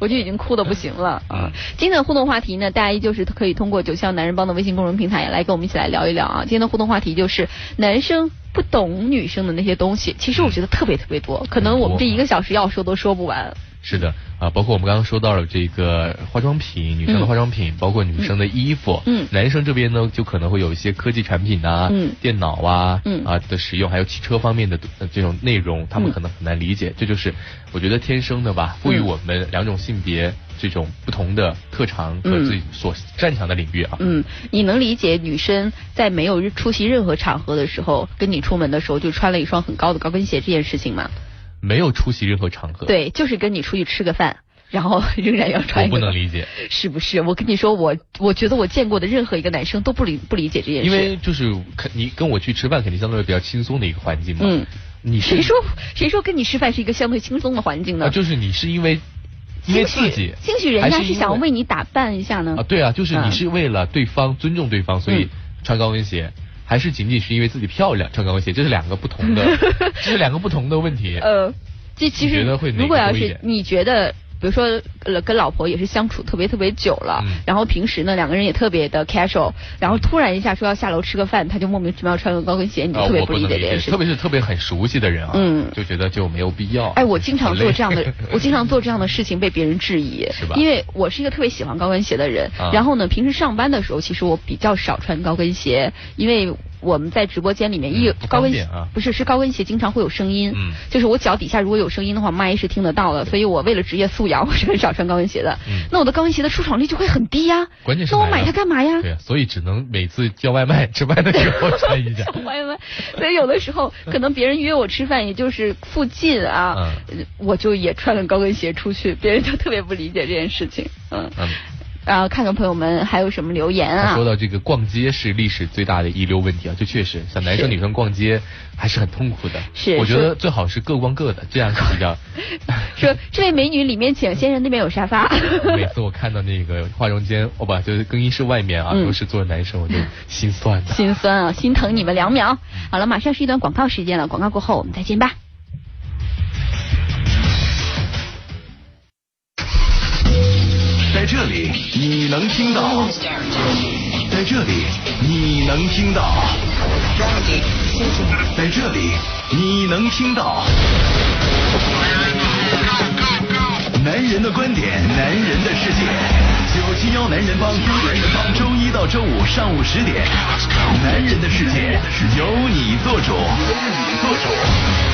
[SPEAKER 2] 我就已经哭的不行了啊
[SPEAKER 3] 嗯！
[SPEAKER 2] 今天的互动话题呢，大家依旧是可以通过九霄男人帮的微信公众平台来跟我们一起来聊一聊啊。今天的互动话题就是男生不懂女生的那些东西，其实我觉得特别特别多，可能我们这一个小时要说都说不完。
[SPEAKER 3] 是的啊，包括我们刚刚说到了这个化妆品，女生的化妆品，包括女生的衣服，
[SPEAKER 2] 嗯
[SPEAKER 3] 男生这边呢就可能会有一些科技产品啊，
[SPEAKER 2] 嗯
[SPEAKER 3] 电脑啊，
[SPEAKER 2] 嗯
[SPEAKER 3] 啊的使用，还有汽车方面的呃这种内容，他们
[SPEAKER 2] 嗯
[SPEAKER 3] 可能很难理解，这就是我觉得天生的吧，赋予
[SPEAKER 2] 嗯
[SPEAKER 3] 我们两种性别这种不同的特长和
[SPEAKER 2] 嗯
[SPEAKER 3] 自己所擅长的领域啊，
[SPEAKER 2] 嗯，你能理解女生在没有出席任何场合的时候，跟你出门的时候就穿了一双很高的高跟鞋这件事情吗？
[SPEAKER 3] 没有出席任何场合，
[SPEAKER 2] 对，就是跟你出去吃个饭，然后仍然要穿
[SPEAKER 3] 我
[SPEAKER 2] 一
[SPEAKER 3] 不
[SPEAKER 2] 个。
[SPEAKER 3] 能理解。
[SPEAKER 2] 是不是？我跟你说，我我觉得我见过的任何一个男生都不理不理解这件事。
[SPEAKER 3] 因为就是肯你跟我去吃饭，肯定相对比较轻松的一个环境嘛。
[SPEAKER 2] 嗯，
[SPEAKER 3] 你是
[SPEAKER 2] 谁说谁说跟你吃饭是一个相对轻松的环境呢？
[SPEAKER 3] 啊？就是你是因为因为
[SPEAKER 2] 兴许
[SPEAKER 3] 自己，
[SPEAKER 2] 兴许
[SPEAKER 3] 还
[SPEAKER 2] 人家
[SPEAKER 3] 是
[SPEAKER 2] 是
[SPEAKER 3] 因
[SPEAKER 2] 想要为你打扮一下呢。
[SPEAKER 3] 啊，对啊，就是
[SPEAKER 2] 嗯
[SPEAKER 3] 你是为了对方、尊重对方，所以
[SPEAKER 2] 嗯
[SPEAKER 3] 穿高跟鞋，还是仅仅是因为自己漂亮穿高跟鞋，这是两个不 同的，这是两个不同的问题。
[SPEAKER 2] 呃，这其
[SPEAKER 3] 你
[SPEAKER 2] 实
[SPEAKER 3] 觉得会哪个
[SPEAKER 2] 如果要
[SPEAKER 3] 多一
[SPEAKER 2] 是
[SPEAKER 3] 点
[SPEAKER 2] 你觉得比如说呃跟老婆也是相处特别特别久了，
[SPEAKER 3] 嗯
[SPEAKER 2] 然后平时呢两个人也特别的 casual，然后突然一下说要下楼吃个饭，他就莫名其妙穿个高跟鞋，你就
[SPEAKER 3] 啊，
[SPEAKER 2] 特别
[SPEAKER 3] 我
[SPEAKER 2] 不
[SPEAKER 3] 不能
[SPEAKER 2] 解
[SPEAKER 3] 理
[SPEAKER 2] 这件
[SPEAKER 3] 解，
[SPEAKER 2] 事
[SPEAKER 3] 特
[SPEAKER 2] 情。
[SPEAKER 3] 别是特别很熟悉的人啊，
[SPEAKER 2] 嗯
[SPEAKER 3] 就觉得就没有必要。
[SPEAKER 2] 哎，我经常做这样
[SPEAKER 3] 好
[SPEAKER 2] 的
[SPEAKER 3] 哦 累，
[SPEAKER 2] 我经常做这样的事情被别人质疑，
[SPEAKER 3] 是吧
[SPEAKER 2] 因为我是一个特别喜欢高跟鞋的人，
[SPEAKER 3] 啊
[SPEAKER 2] 然后呢，平时上班的时候，其实我比较少穿高跟鞋，因为我们在直播间里面一有
[SPEAKER 3] 嗯不
[SPEAKER 2] 高
[SPEAKER 3] 方
[SPEAKER 2] 跟
[SPEAKER 3] 便
[SPEAKER 2] 鞋
[SPEAKER 3] 啊
[SPEAKER 2] 不是是高跟鞋经常会有声音，
[SPEAKER 3] 嗯
[SPEAKER 2] 就是我脚底下如果有声音的话，麦是听得到的，所以我为了职业素养， 我是很少穿高跟鞋的。
[SPEAKER 3] 嗯
[SPEAKER 2] 那我的高跟鞋的出场率就会很低呀，
[SPEAKER 3] 关键是
[SPEAKER 2] 那我
[SPEAKER 3] 买
[SPEAKER 2] 买
[SPEAKER 3] 了
[SPEAKER 2] 它干嘛呀？
[SPEAKER 3] 对，啊所以只能每次叫外卖吃饭的时候穿 一下。
[SPEAKER 2] 歪歪，所以有的时候可能别人约我吃饭，也就是附近啊，我就也穿了高跟鞋出去，别人就特别不理解这件事情，嗯。
[SPEAKER 3] 嗯，
[SPEAKER 2] 然后看看朋友们还有什么留言啊
[SPEAKER 3] 说？到这个逛街是历史最大的遗留问题啊，这确实，像男生
[SPEAKER 2] 是
[SPEAKER 3] 女生逛街还是很痛苦的。
[SPEAKER 2] 是
[SPEAKER 3] 我觉
[SPEAKER 2] 是
[SPEAKER 3] 得最好是各逛各的，这样是 比较。
[SPEAKER 2] 说这位美女里面请，先生那边有沙发。
[SPEAKER 3] 每次我看到那个化妆间，哦不，就是更衣室外面啊，
[SPEAKER 2] 嗯
[SPEAKER 3] 都是坐着男生，我就心酸的。
[SPEAKER 2] 心酸啊，心疼你们两秒。好了，马上是一段广告时间了，广告过后我们再见吧。
[SPEAKER 1] 在这里你能听到，在这里你能听到，在这里你能听到。男人的观点，男人的世界，九七幺男人帮，男人帮，周一到周五上午十点，男人的世界由你做主，由你做主。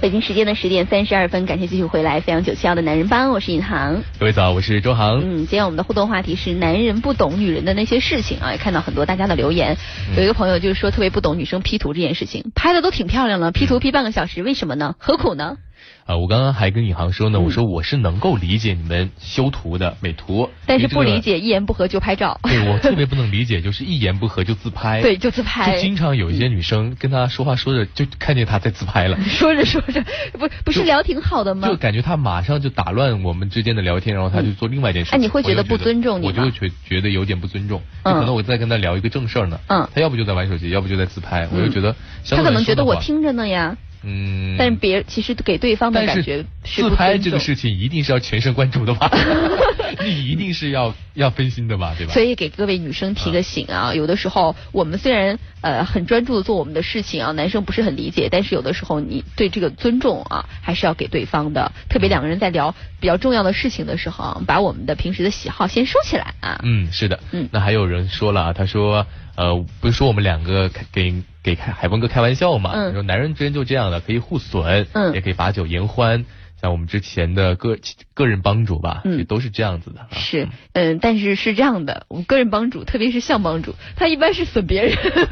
[SPEAKER 2] 北京时间的十点三十二分，感谢继续回来，飞扬九七幺的男人帮，我是尹航。
[SPEAKER 3] 各位早，我是周航。
[SPEAKER 2] 嗯，今天我们的互动话题是男人不懂女人的那些事情啊，也看到很多大家的留言。有一个朋友就是说特别不懂女生 P 图这件事情，拍的都挺漂亮了，P 图 P 半个小时，为什么呢？何苦呢？
[SPEAKER 3] 啊，我刚刚还跟尹航说呢，
[SPEAKER 2] 嗯
[SPEAKER 3] 我说我是能够理解你们修图的美图，
[SPEAKER 2] 但
[SPEAKER 3] 因
[SPEAKER 2] 是
[SPEAKER 3] 为
[SPEAKER 2] 不
[SPEAKER 3] 这个
[SPEAKER 2] 理。解一言不合就拍 照，
[SPEAKER 3] 对我特别不能理解，就是一言不合就自拍。
[SPEAKER 2] 对，就自拍
[SPEAKER 3] 就。经常有一些女生跟他说话说着，就看见他在自拍了。
[SPEAKER 2] 说着说着，不不是
[SPEAKER 3] 就
[SPEAKER 2] 聊挺好的吗
[SPEAKER 3] 就？感觉他马上就打乱我们之间的聊天，然后他就做另外一件事情。
[SPEAKER 2] 哎你会觉得
[SPEAKER 3] 我就
[SPEAKER 2] 不尊重你
[SPEAKER 3] 我就
[SPEAKER 2] 吗
[SPEAKER 3] 会觉觉得有点不尊重。
[SPEAKER 2] 嗯
[SPEAKER 3] 就可能我在跟他聊一个正事儿呢，
[SPEAKER 2] 嗯
[SPEAKER 3] 他要不就在玩手机，要不就在自拍，我
[SPEAKER 2] 嗯
[SPEAKER 3] 就觉得
[SPEAKER 2] 他
[SPEAKER 3] 相对来说的话
[SPEAKER 2] 可能觉得我，听着呢呀，
[SPEAKER 3] 嗯，
[SPEAKER 2] 但是别其实给对方的
[SPEAKER 3] 但
[SPEAKER 2] 感
[SPEAKER 3] 是
[SPEAKER 2] 觉是
[SPEAKER 3] 自
[SPEAKER 2] 不
[SPEAKER 3] 拍
[SPEAKER 2] 尊
[SPEAKER 3] 这个
[SPEAKER 2] 重
[SPEAKER 3] 事情一定是要全神贯注的 吧？ 你一定是要要分心的吧，对吧？
[SPEAKER 2] 所以给各位女生提个醒啊，有的时候我们虽然呃很专注的做我们的事情啊，男生不是很理解，但是有的时候你对这个尊重啊，还是要给对方的。特别两个人在聊比较重要的事情的时候啊，把我们的平时的喜好先收起来啊。
[SPEAKER 3] 嗯，是的，
[SPEAKER 2] 嗯
[SPEAKER 3] 那还有人说了啊，他说，呃，不是说我们两个开给给开海峰哥开玩笑嘛，
[SPEAKER 2] 嗯
[SPEAKER 3] 说男人之间就这样的，可以互损，
[SPEAKER 2] 嗯
[SPEAKER 3] 也可以把酒言欢，像我们之前的个个人帮主吧，
[SPEAKER 2] 嗯
[SPEAKER 3] 也都是这样子的啊。
[SPEAKER 2] 是，嗯，但是是这样的，我们个人帮主，特别是项帮主，他一般是 损别人。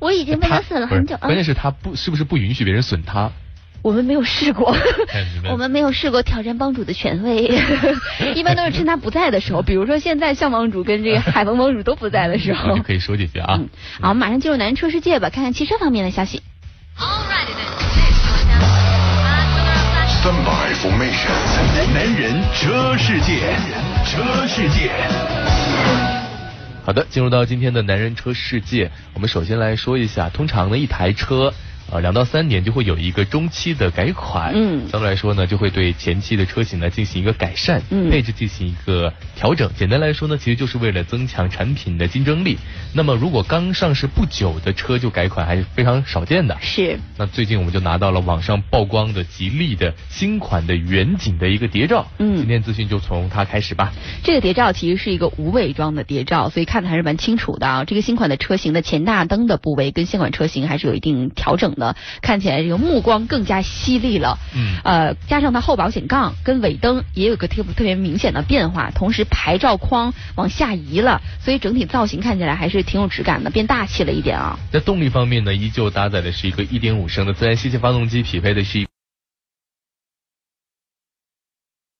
[SPEAKER 2] 我已经被他损了
[SPEAKER 3] 不是
[SPEAKER 2] 很久，啊
[SPEAKER 3] 关，键是他不是不是不允许别人损他，
[SPEAKER 2] 我们没有试过。
[SPEAKER 3] 哎你
[SPEAKER 2] 我们没有试过挑战帮主的权威，一般都是趁他不在的时候，比如说现在向帮主跟这个海峰帮主都不在的时
[SPEAKER 3] 然后
[SPEAKER 2] 候
[SPEAKER 3] 就。可以说几句啊。
[SPEAKER 2] 哦嗯，好，我们马上进入男人车世界吧，看看汽车方面的消息。
[SPEAKER 1] Standby formation。男人车世界，车世界。
[SPEAKER 3] 好的，进入到今天的男人车世界，我们首先来说一下，通常呢一台车。呃，两到三年就会有一个中期的改款，
[SPEAKER 2] 嗯
[SPEAKER 3] 相对来说呢，就会对前期的车型呢进行一个改善，
[SPEAKER 2] 嗯
[SPEAKER 3] 配置进行一个调整。简单来说呢，其实就是为了增强产品的竞争力。那么，如果刚上市不久的车就改款，还是非常少见的。
[SPEAKER 2] 是，
[SPEAKER 3] 那最近我们就拿到了网上曝光的吉利的新款的远景的一个谍照，
[SPEAKER 2] 嗯
[SPEAKER 3] 今天资讯就从它开始吧。
[SPEAKER 2] 这个谍照其实是一个无伪装的谍照，所以看的还是蛮清楚的啊。这个新款的车型的前大灯的部位跟现款车型还是有一定调整的，看起来这个目光更加犀利了。
[SPEAKER 3] 嗯
[SPEAKER 2] 呃，加上它后保险杠跟尾灯也有个特特别明显的变化，同时牌照框往下移了，所以整体造型看起来还是挺有质感的，变大气了一点啊。
[SPEAKER 3] 在动力方面呢，依旧搭载的是一个1.5升的自然吸气发动机，匹配的是一。
[SPEAKER 2] 嗯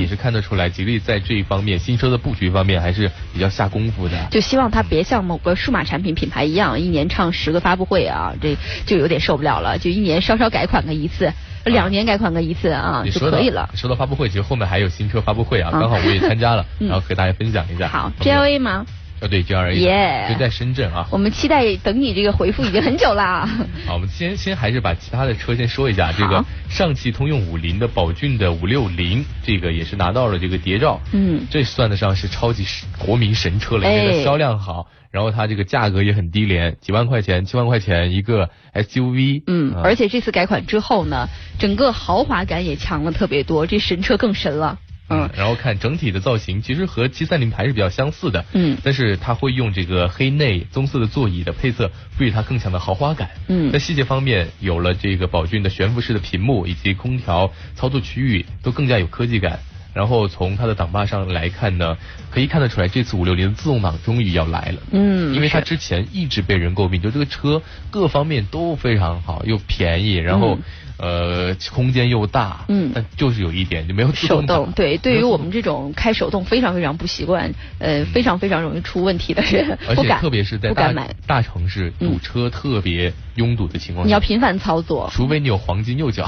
[SPEAKER 3] 也是看得出来，吉利在这一方面新车的布局方面还是比较下功夫的。
[SPEAKER 2] 就希望它别像某个数码产品品牌一样，一年唱十个发布会啊，这就有点受不了了。就一年稍稍改款个一次，两年改款个一次啊
[SPEAKER 3] 你
[SPEAKER 2] 就
[SPEAKER 3] 说到
[SPEAKER 2] 可以了。
[SPEAKER 3] 说到发布会，其实后面还有新车发布会啊，
[SPEAKER 2] 啊
[SPEAKER 3] 刚好我也参加了，
[SPEAKER 2] 嗯
[SPEAKER 3] 然后和大家分享一下。
[SPEAKER 2] 好，J L A 吗？
[SPEAKER 3] 呃，对 G R A
[SPEAKER 2] 耶
[SPEAKER 3] 就在深圳啊。
[SPEAKER 2] 我们期待等你这个回复已经很久啊啦。
[SPEAKER 3] 好，我们先先还是把其他的车先说一下。这个
[SPEAKER 2] 好
[SPEAKER 3] 上汽通用五菱的宝骏的五六零，这个也是拿到了这个谍照。
[SPEAKER 2] 嗯
[SPEAKER 3] 这算得上是超级神国民神车了，因为
[SPEAKER 2] 哎
[SPEAKER 3] 它销量好，然后它这个价格也很低廉，几万块钱、七万块钱一个 SUV。
[SPEAKER 2] 嗯，
[SPEAKER 3] 啊
[SPEAKER 2] 而且这次改款之后呢，整个豪华感也强了特别多，这神车更神了。嗯
[SPEAKER 3] 嗯，，然后看整体的造型，其实和730牌是比较相似的，
[SPEAKER 2] 嗯
[SPEAKER 3] 但是它会用这个黑内棕色的座椅的配色，赋予它更强的豪华感，
[SPEAKER 2] 嗯
[SPEAKER 3] 在细节方面，有了这个宝骏的悬浮式的屏幕以及空调操作区域都更加有科技感。然后从它的挡把上来看呢，可以看得出来，这次五六零的自动挡终于要来了。
[SPEAKER 2] 嗯
[SPEAKER 3] 因为它之前一直被人诟病，就这个车各方面都非常好，又便宜，然后、呃空间又大，
[SPEAKER 2] 嗯
[SPEAKER 3] 但就是有一点就没有自
[SPEAKER 2] 手
[SPEAKER 3] 挡嗯
[SPEAKER 2] 动，对，对于我们这种开手动非常非常不习惯，呃，非常非常容易出问题的人，
[SPEAKER 3] 而
[SPEAKER 2] 不
[SPEAKER 3] 且
[SPEAKER 2] 敢，
[SPEAKER 3] 特别是在
[SPEAKER 2] 不
[SPEAKER 3] 大
[SPEAKER 2] 敢买，嗯
[SPEAKER 3] 大城市堵车特别拥堵的情况
[SPEAKER 2] 你
[SPEAKER 3] 下，
[SPEAKER 2] 要频繁操作。
[SPEAKER 3] 除非你有黄金右 脚，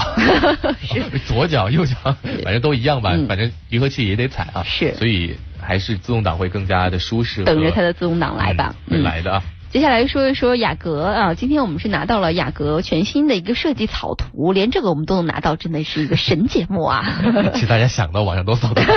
[SPEAKER 3] 左脚右脚，反正都一样吧，
[SPEAKER 2] 嗯
[SPEAKER 3] 反正离合器也得踩啊。
[SPEAKER 2] 是
[SPEAKER 3] 所以还是自动挡会更加的舒适和。
[SPEAKER 2] 等着它的自动挡来吧
[SPEAKER 3] 嗯会
[SPEAKER 2] 嗯
[SPEAKER 3] 来的啊。
[SPEAKER 2] 接下来说一说雅阁啊，今天我们是拿到了雅阁全新的一个设计草图，连这个我们都能拿到，真的是一个神节目啊！
[SPEAKER 3] 其实大家想到网上都 搜得到，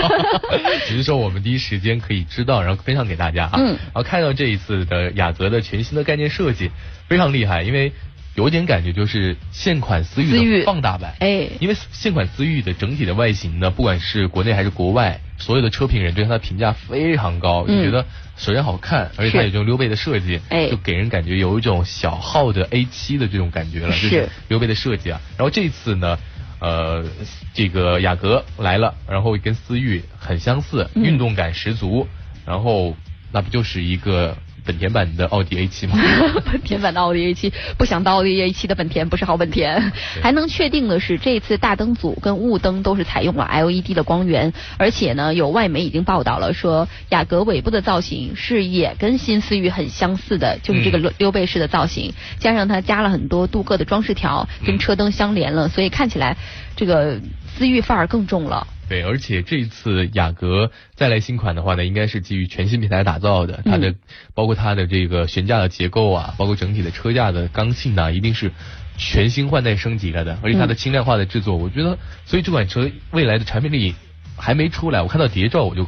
[SPEAKER 3] 只是说我们第一时间可以知道，然后分享给大家啊。
[SPEAKER 2] 嗯
[SPEAKER 3] 然后看到这一次的雅阁的全新的概念设计，非常厉害，因为有点感觉就是现款思
[SPEAKER 2] 思
[SPEAKER 3] 域
[SPEAKER 2] 域
[SPEAKER 3] 的放大版。
[SPEAKER 2] 哎，
[SPEAKER 3] 因为现款思域的整体的外形呢，不管是国内还是国外，所有的车评人对它的评价非常高，
[SPEAKER 2] 嗯
[SPEAKER 3] 就觉得首先好看，而且它有这种溜背的设计，
[SPEAKER 2] 哎
[SPEAKER 3] 就给人感觉有一种小号的 A 7的这种感觉了，就是是溜背的设计啊。然后这次呢。呃，这个雅阁来了，然后跟思域很相似，
[SPEAKER 2] 嗯
[SPEAKER 3] 运动感十足，然后那不就是一个本田版的奥迪 A 7吗？
[SPEAKER 2] 本田版的奥迪 A 7不想到奥迪 A 7的本田不是好本田。
[SPEAKER 3] 对
[SPEAKER 2] 还能确定的是，这次大灯组跟雾灯都是采用了 LED 的光源，而且呢，有外媒已经报道了说，雅阁尾部的造型是也跟新思域很相似的，就是这个
[SPEAKER 3] 嗯
[SPEAKER 2] 溜溜背式的造型，加上它加了很多镀铬的装饰条，
[SPEAKER 3] 嗯
[SPEAKER 2] 跟车灯相连了，所以看起来这个思域范儿更重了。
[SPEAKER 3] 对，而且这次雅阁再来新款的话呢，应该是基于全新平台打造的，它的、
[SPEAKER 2] 嗯
[SPEAKER 3] 包括它的这个悬架的结构啊，包括整体的车架的刚性呐、一定是全新换代升级了的，而且
[SPEAKER 2] 嗯
[SPEAKER 3] 它的轻量化的制作，我觉得，所以这款车未来的产品力还没出来，我看到谍照我就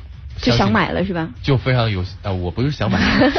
[SPEAKER 3] 相
[SPEAKER 2] 就
[SPEAKER 3] 信
[SPEAKER 2] 想买了是吧？
[SPEAKER 3] 就非常有啊、我不是想买，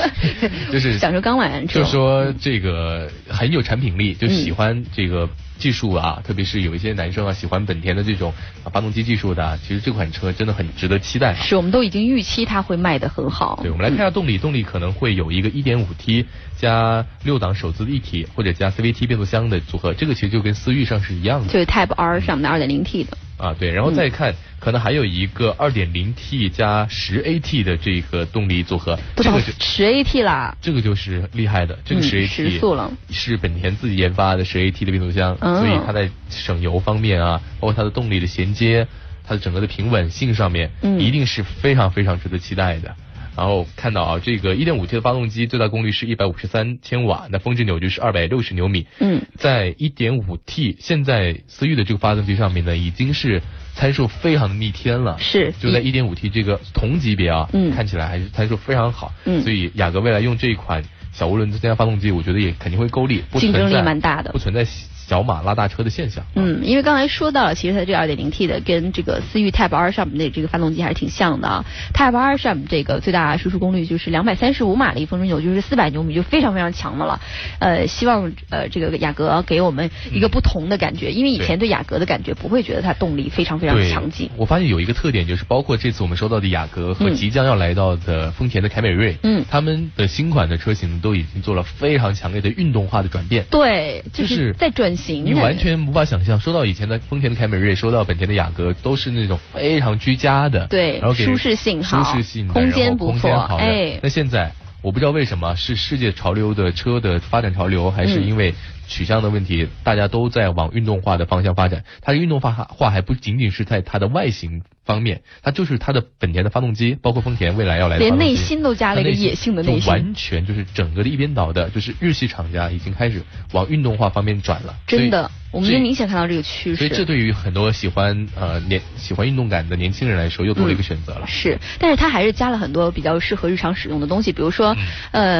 [SPEAKER 3] 就是
[SPEAKER 2] 想说刚买完车
[SPEAKER 3] 就说这个很有产品力，就喜欢这个技术啊，特别是有一些男生啊喜欢本田的这种啊发动机技术的啊，其实这款车真的很值得期待啊。
[SPEAKER 2] 是我们都已经预期它会卖得很好。
[SPEAKER 3] 对，我们来看一下动力，动力可能会有一个 1.5T 加六档手自一体或者加 CVT 变速箱的组合，这个其实就跟思域上是一样的。
[SPEAKER 2] 就是 Type R 上面的 2.0T 的。
[SPEAKER 3] 啊，对，然后再看，可能还有一个 2.0T 加 10AT 的这个动力组合，
[SPEAKER 2] 都
[SPEAKER 3] 这
[SPEAKER 2] 到
[SPEAKER 3] 个就
[SPEAKER 2] 十 AT 啦，
[SPEAKER 3] 这个就是厉害的，这个
[SPEAKER 2] 嗯
[SPEAKER 3] 十 AT、
[SPEAKER 2] 时速了
[SPEAKER 3] 是本田自己研发的十 AT 的变速箱，
[SPEAKER 2] 嗯
[SPEAKER 3] 所以它在省油方面啊，包括它的动力的衔接，它的整个的平稳性上面，
[SPEAKER 2] 嗯
[SPEAKER 3] 一定是非常非常值得期待的。然后看到啊，这个 1.5T 的发动机最大功率是153千瓦，那峰值扭矩是260牛米。
[SPEAKER 2] 嗯，
[SPEAKER 3] 在 1.5T 现在思域的这个发动机上面呢，已经是参数非常逆天了。
[SPEAKER 2] 是
[SPEAKER 3] 就在一点五 T 这个同级别啊，
[SPEAKER 2] 嗯
[SPEAKER 3] 看起来还是参数非常好，
[SPEAKER 2] 嗯
[SPEAKER 3] 所以雅阁未来用这一款小涡轮增压发动机，我觉得也肯定会够力，不
[SPEAKER 2] 竞争
[SPEAKER 3] 存在
[SPEAKER 2] 力蛮大的
[SPEAKER 3] 不存在小马拉大车的现象。
[SPEAKER 2] 嗯，因为刚才说到了，其实它这 2.0T 的跟这个思域 Type R 上面的这个发动机还是挺像的啊。Type R 上面这个最大输出功率就是235马力，峰值扭矩是400牛米，就非常非常强的了。呃，希望呃这个雅阁给我们一个不同的感觉，因为以前对雅阁的感觉不会觉得它动力非常非常
[SPEAKER 3] 嗯对，
[SPEAKER 2] 强劲。
[SPEAKER 3] 我发现有一个特点，就是包括这次我们收到的雅阁和
[SPEAKER 2] 嗯
[SPEAKER 3] 即将要来到的丰田的凯美瑞，
[SPEAKER 2] 嗯
[SPEAKER 3] 他们的新款的车型都已经做了非常强烈的运动化的转变。
[SPEAKER 2] 对，就
[SPEAKER 3] 就是
[SPEAKER 2] 是在转型。
[SPEAKER 3] 你完全无法想象，说到以前的丰田的凯美瑞，说到本田的雅阁，都是那种非常居家的，
[SPEAKER 2] 对
[SPEAKER 3] 然后给人
[SPEAKER 2] 舒适性好
[SPEAKER 3] 舒适性的，
[SPEAKER 2] 空间
[SPEAKER 3] 然后
[SPEAKER 2] 不
[SPEAKER 3] 空间
[SPEAKER 2] 错
[SPEAKER 3] 好的。
[SPEAKER 2] 哎
[SPEAKER 3] 那现在我不知道为什么是世界潮流的车的发展潮流，还是
[SPEAKER 2] 嗯
[SPEAKER 3] 因为取向的问题，大家都在往运动化的方向发展。它的运动化化还不仅仅是在它的外形方面，它就是它的本田的发动机，包括丰田未来要来的
[SPEAKER 2] 连
[SPEAKER 3] 发动
[SPEAKER 2] 内
[SPEAKER 3] 机
[SPEAKER 2] 心都加了一个
[SPEAKER 3] 它内
[SPEAKER 2] 野性的内
[SPEAKER 3] 就
[SPEAKER 2] 心
[SPEAKER 3] 完全就是整个的一边倒的，就是日系厂家已经开始往运动化方面转了。所以
[SPEAKER 2] 真的，我们
[SPEAKER 3] 所以
[SPEAKER 2] 就明显看到这个趋势。
[SPEAKER 3] 所以这对于很多喜欢呃年喜欢运动感的年轻人来说，又多了一个
[SPEAKER 2] 嗯
[SPEAKER 3] 选择了。
[SPEAKER 2] 是，但是它还是加了很多比较适合日常使用的东西，比如说，
[SPEAKER 3] 嗯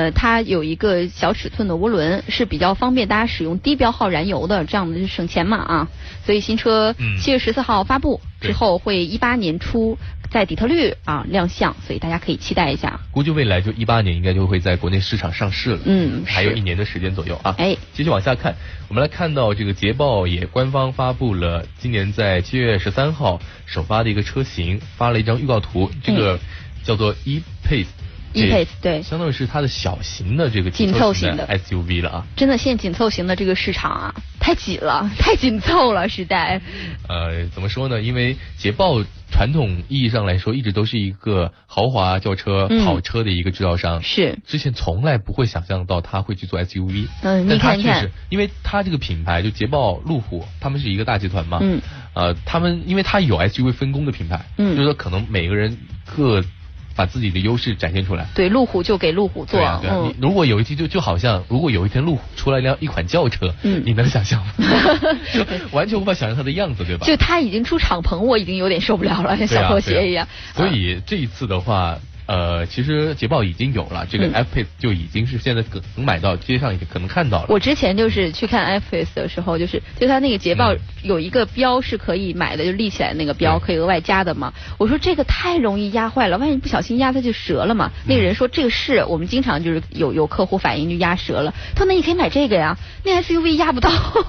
[SPEAKER 2] 呃，它有一个小尺寸的涡轮，是比较方便大家使用低标号燃油的，这样的就省钱嘛啊。所以新车
[SPEAKER 3] 嗯
[SPEAKER 2] 七月十四号发布、
[SPEAKER 3] 对
[SPEAKER 2] 之后，会一八年初在底特律啊亮相，所以大家可以期待一下。
[SPEAKER 3] 估计未来就一八年应该就会在国内市场上市了，
[SPEAKER 2] 嗯
[SPEAKER 3] 还有
[SPEAKER 2] 是
[SPEAKER 3] 一年的时间左右啊。
[SPEAKER 2] 哎，
[SPEAKER 3] 继续往下看，我们来看到这个捷豹也官方发布了今年在七月十三号首发的一个车型，发了一张预告图，这个叫做 E Pace。
[SPEAKER 2] E-Pace，对
[SPEAKER 3] 相当于是它的小型的这个
[SPEAKER 2] 紧凑型的
[SPEAKER 3] SUV 了啊。
[SPEAKER 2] 真的，现在紧凑型的这个市场啊，太紧了， 太紧凑了，实在。
[SPEAKER 3] 呃，怎么说呢？因为捷豹传统意义上来说，一直都是一个豪华轿车、
[SPEAKER 2] 嗯
[SPEAKER 3] 跑车的一个制造商，
[SPEAKER 2] 是
[SPEAKER 3] 之前从来不会想象到他会去做 SUV。
[SPEAKER 2] 嗯
[SPEAKER 3] 但
[SPEAKER 2] 你
[SPEAKER 3] 他
[SPEAKER 2] 看
[SPEAKER 3] 确
[SPEAKER 2] 你
[SPEAKER 3] 实，
[SPEAKER 2] 看
[SPEAKER 3] 因为他这个品牌就捷豹、路虎，他们是一个大集团嘛。
[SPEAKER 2] 嗯。
[SPEAKER 3] 呃，他们因为他有 SUV 分工的品牌，
[SPEAKER 2] 嗯
[SPEAKER 3] 就是说可能每个人各把自己的优势展现出来。
[SPEAKER 2] 对，路虎就给路虎做，
[SPEAKER 3] 对啊，对啊，
[SPEAKER 2] 嗯
[SPEAKER 3] 你，如果有一天就就好像，如果有一天路虎出来一辆一款轿车，
[SPEAKER 2] 嗯
[SPEAKER 3] 你能想象 吗？就完全无法想象它的样子，对吧？
[SPEAKER 2] 就他已经出敞篷，我已经有点受不了了，像
[SPEAKER 3] 对啊
[SPEAKER 2] 小拖
[SPEAKER 3] 对啊
[SPEAKER 2] 鞋一样。
[SPEAKER 3] 所以这一次的话，呃，其实捷豹已经有了这个
[SPEAKER 2] 嗯
[SPEAKER 3] F Pace，就已经是现在可能买到街上已经可能看到了。
[SPEAKER 2] 我之前就是去看 iFace 的时候，就是就它那个捷豹
[SPEAKER 3] 嗯
[SPEAKER 2] 有一个标是可以买的，就立起来那个标
[SPEAKER 3] 对
[SPEAKER 2] 可以额外加的嘛。我说这个太容易压坏了，万一不小心压它就折了嘛。
[SPEAKER 3] 嗯
[SPEAKER 2] 那个人说这个是我们经常就是有有客户反映就压折了，他说那你可以买这个呀，那 SUV 压不到。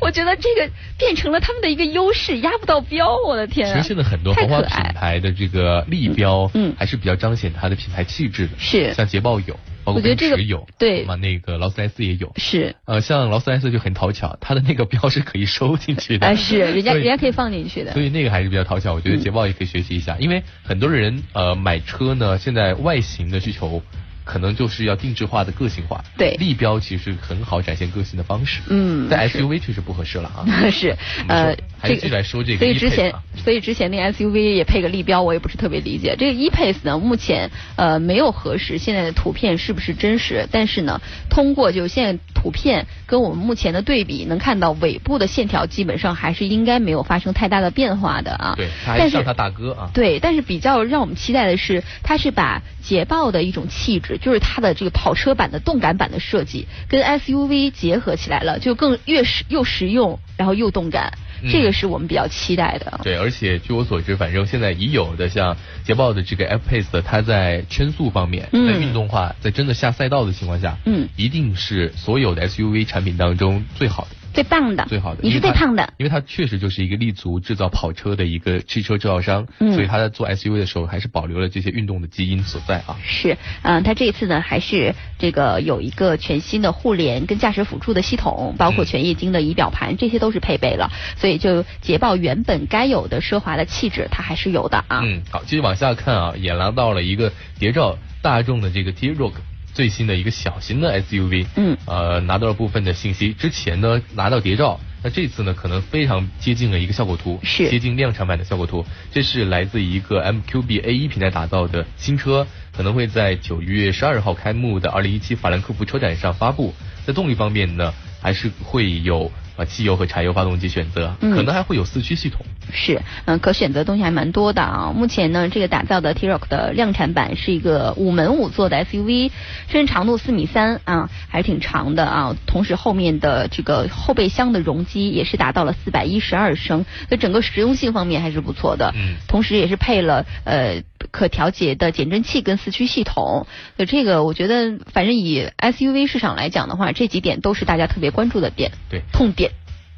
[SPEAKER 2] 我觉得这个变成了他们的一个优势，压不到标，我的天
[SPEAKER 3] 其实
[SPEAKER 2] 啊！
[SPEAKER 3] 现在很多
[SPEAKER 2] 太
[SPEAKER 3] 豪华
[SPEAKER 2] 可
[SPEAKER 3] 品
[SPEAKER 2] 爱
[SPEAKER 3] 牌的这个立标，
[SPEAKER 2] 嗯嗯
[SPEAKER 3] 还是比较彰显它的品牌气质的。
[SPEAKER 2] 是
[SPEAKER 3] 像捷豹有，包括
[SPEAKER 2] 我觉
[SPEAKER 3] 奔
[SPEAKER 2] 得这个
[SPEAKER 3] 驰有，
[SPEAKER 2] 对
[SPEAKER 3] 嘛，那个劳斯莱斯也有。
[SPEAKER 2] 是，
[SPEAKER 3] 呃，像劳斯莱斯就很讨巧，它的那个标是可以收进去的。
[SPEAKER 2] 哎、是，人家
[SPEAKER 3] 对
[SPEAKER 2] 人家可以放进去的嗯
[SPEAKER 3] 所。以那个还是比较讨巧，我觉得捷豹也可以学习一下，因为很多人呃买车呢，现在外形的需求可能就是要定制化的个性化，
[SPEAKER 2] 对
[SPEAKER 3] 立标其实是很好展现个性的方式，
[SPEAKER 2] 嗯
[SPEAKER 3] 但
[SPEAKER 2] 是
[SPEAKER 3] SUV 确实不合适了啊。
[SPEAKER 2] 是，
[SPEAKER 3] 我们
[SPEAKER 2] 呃
[SPEAKER 3] 说，还是
[SPEAKER 2] 这个
[SPEAKER 3] 继续来说这个
[SPEAKER 2] 所以
[SPEAKER 3] E-Pace
[SPEAKER 2] 之前
[SPEAKER 3] 啊，
[SPEAKER 2] 所以之前那个 SUV 也配个立标，我也不是特别理解。这个 E-Pace 呢，目前呃没有核实现在的图片是不是真实，但是呢，通过就现在图片跟我们目前的对比，能看到尾部的线条基本上还是应该没有发生太大的变化的啊。
[SPEAKER 3] 对，他还
[SPEAKER 2] 但是
[SPEAKER 3] 像他大哥啊，
[SPEAKER 2] 对，但是比较让我们期待的是，它是把捷豹的一种气质，就是它的这个跑车版的动感版的设计，跟 SUV 结合起来了，就更越实又实用，然后又动感，
[SPEAKER 3] 嗯
[SPEAKER 2] 这个是我们比较期待的。
[SPEAKER 3] 对，而且据我所知，反正现在已有的像捷豹的这个 F Pace，它在圈速方面，
[SPEAKER 2] 嗯
[SPEAKER 3] 在运动化，在真的下赛道的情况下，
[SPEAKER 2] 嗯
[SPEAKER 3] 一定是所有的 SUV 产品当中最好的。
[SPEAKER 2] 最棒的，
[SPEAKER 3] 最好的，
[SPEAKER 2] 你是
[SPEAKER 3] 因为
[SPEAKER 2] 最
[SPEAKER 3] 它
[SPEAKER 2] 胖的，
[SPEAKER 3] 因为它确实就是一个立足制造跑车的一个汽车制造商，
[SPEAKER 2] 嗯
[SPEAKER 3] 所以它在做 SUV 的时候还是保留了这些运动的基因所在啊。
[SPEAKER 2] 是，嗯、它这一次呢还是这个有一个全新的互联跟驾驶辅助的系统，包
[SPEAKER 3] 嗯
[SPEAKER 2] 括全液晶的仪表盘，这些都是配备了，所以就捷豹原本该有的奢华的气质，它还是有的啊。
[SPEAKER 3] 嗯，好，继续往下看啊，也拿到了一个谍照大众的这个 T-Roc。最新的一个小型的 SUV，
[SPEAKER 2] 嗯
[SPEAKER 3] 呃，拿到了部分的信息。之前呢，拿到谍照，那这次呢，可能非常接近了一个效果图，
[SPEAKER 2] 是
[SPEAKER 3] 接近量产版的效果图。这是来自一个 MQB A1 平台打造的新车，可能会在九月十二号开幕的二零一七法兰克福车展上发布。在动力方面呢，还是会有呃汽油和柴油发动机选择，
[SPEAKER 2] 嗯
[SPEAKER 3] 可能还会有四驱系统。
[SPEAKER 2] 是，嗯，可选择的东西还蛮多的啊。目前呢，这个打造的 T-Roc 的量产版是一个五门五座的 SUV，车身长度四米三啊，还是挺长的啊。同时，后面的这个后备箱的容积也是达到了四百一十二升，所以整个实用性方面还是不错的。
[SPEAKER 3] 嗯
[SPEAKER 2] 同时也是配了呃可调节的减震器跟四驱系统。所以这个我觉得，反正以 SUV 市场来讲的话，这几点都是大家特别关注的点，
[SPEAKER 3] 对，
[SPEAKER 2] 痛点。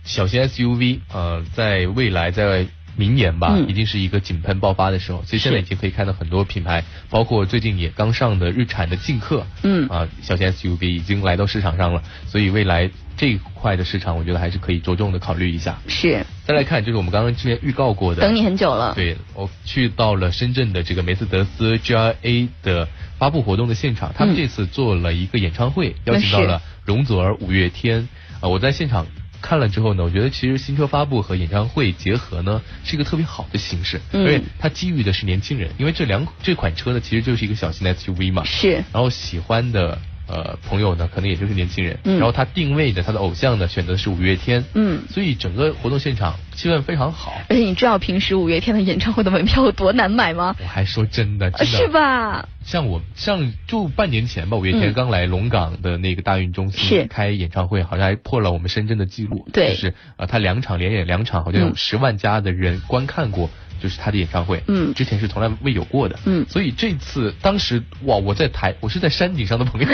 [SPEAKER 3] 小型 SUV，呃，在未来在明年吧，
[SPEAKER 2] 嗯
[SPEAKER 3] 一定是一个井喷爆发的时候。所以现在已
[SPEAKER 2] 是
[SPEAKER 3] 经可以看到很多品牌，包括最近也刚上的日产的劲客，
[SPEAKER 2] 嗯
[SPEAKER 3] 啊、小型 SUV 已经来到市场上了。所以未来这一块的市场，我觉得还是可以着重的考虑一下。
[SPEAKER 2] 是，
[SPEAKER 3] 再来看，就是我们刚刚之前预告过的，
[SPEAKER 2] 等你很久了。
[SPEAKER 3] 对，我去到了深圳的这个梅斯德斯 GLA 的发布活动的现场，他们这次做了一个演唱会，
[SPEAKER 2] 嗯
[SPEAKER 3] 邀请到
[SPEAKER 2] 是
[SPEAKER 3] 了容祖儿、五月天。啊、我在现场看了之后呢，我觉得其实新车发布和演唱会结合呢，是一个特别好的形式，
[SPEAKER 2] 嗯
[SPEAKER 3] 因为它基于的是年轻人，因为这两这款车呢，其实就是一个小型的 SUV 嘛。
[SPEAKER 2] 是，
[SPEAKER 3] 然后喜欢的呃朋友呢，可能也就是年轻人。
[SPEAKER 2] 嗯
[SPEAKER 3] 然后他定位的他的偶像呢，选择的是五月天。
[SPEAKER 2] 嗯
[SPEAKER 3] 所以整个活动现场气氛非常好。
[SPEAKER 2] 而且你知道平时五月天的演唱会的门票有多难买吗？
[SPEAKER 3] 我还说真的，真的
[SPEAKER 2] 是？吧？
[SPEAKER 3] 像我上就半年前吧，五月天
[SPEAKER 2] 嗯
[SPEAKER 3] 刚来龙岗的那个大运中
[SPEAKER 2] 是
[SPEAKER 3] 心开演唱会，好像还破了我们深圳的记录。
[SPEAKER 2] 对
[SPEAKER 3] 就是呃，他两场连演两场，好像有
[SPEAKER 2] 嗯
[SPEAKER 3] 十万加的人观看过。就是他的演唱会，
[SPEAKER 2] 嗯
[SPEAKER 3] 之前是从来未有过的，
[SPEAKER 2] 嗯
[SPEAKER 3] 所以这次当时哇，我在台，我是在山顶上的 朋友，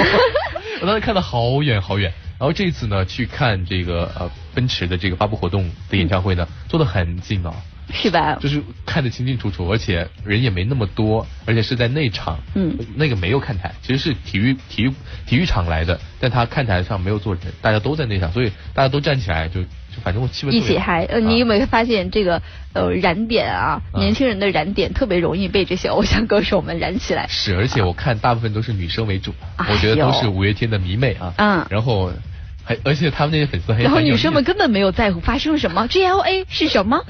[SPEAKER 3] 我当时看得好远好远。然后这次呢，去看这个呃奔驰的这个发布活动的演唱会呢，
[SPEAKER 2] 嗯
[SPEAKER 3] 做的很近哦，
[SPEAKER 2] 是吧？
[SPEAKER 3] 就是看得清清楚楚，而且人也没那么多，而且是在内场，
[SPEAKER 2] 嗯，
[SPEAKER 3] 那个没有看台，其实是体育体育体育场来的，但他看台上没有坐人，大家都在内场，所以大家都站起来就就反正我气氛特别
[SPEAKER 2] 一起
[SPEAKER 3] 好
[SPEAKER 2] 嗨，呃，
[SPEAKER 3] 啊
[SPEAKER 2] 你有没有发现这个呃燃点啊？
[SPEAKER 3] 啊
[SPEAKER 2] 年轻人的燃点特别容易被这些偶像歌手们燃起来。
[SPEAKER 3] 是，而且我看大部分都是女生为主，
[SPEAKER 2] 哎
[SPEAKER 3] 我觉得都是
[SPEAKER 2] 呦
[SPEAKER 3] 五月天的迷妹啊，
[SPEAKER 2] 嗯
[SPEAKER 3] 然后还而且他们那些粉丝还
[SPEAKER 2] 然后
[SPEAKER 3] 啊很有
[SPEAKER 2] 女生
[SPEAKER 3] 意
[SPEAKER 2] 们
[SPEAKER 3] 思
[SPEAKER 2] 根本没有在乎发生了 什么，GLA 是什么？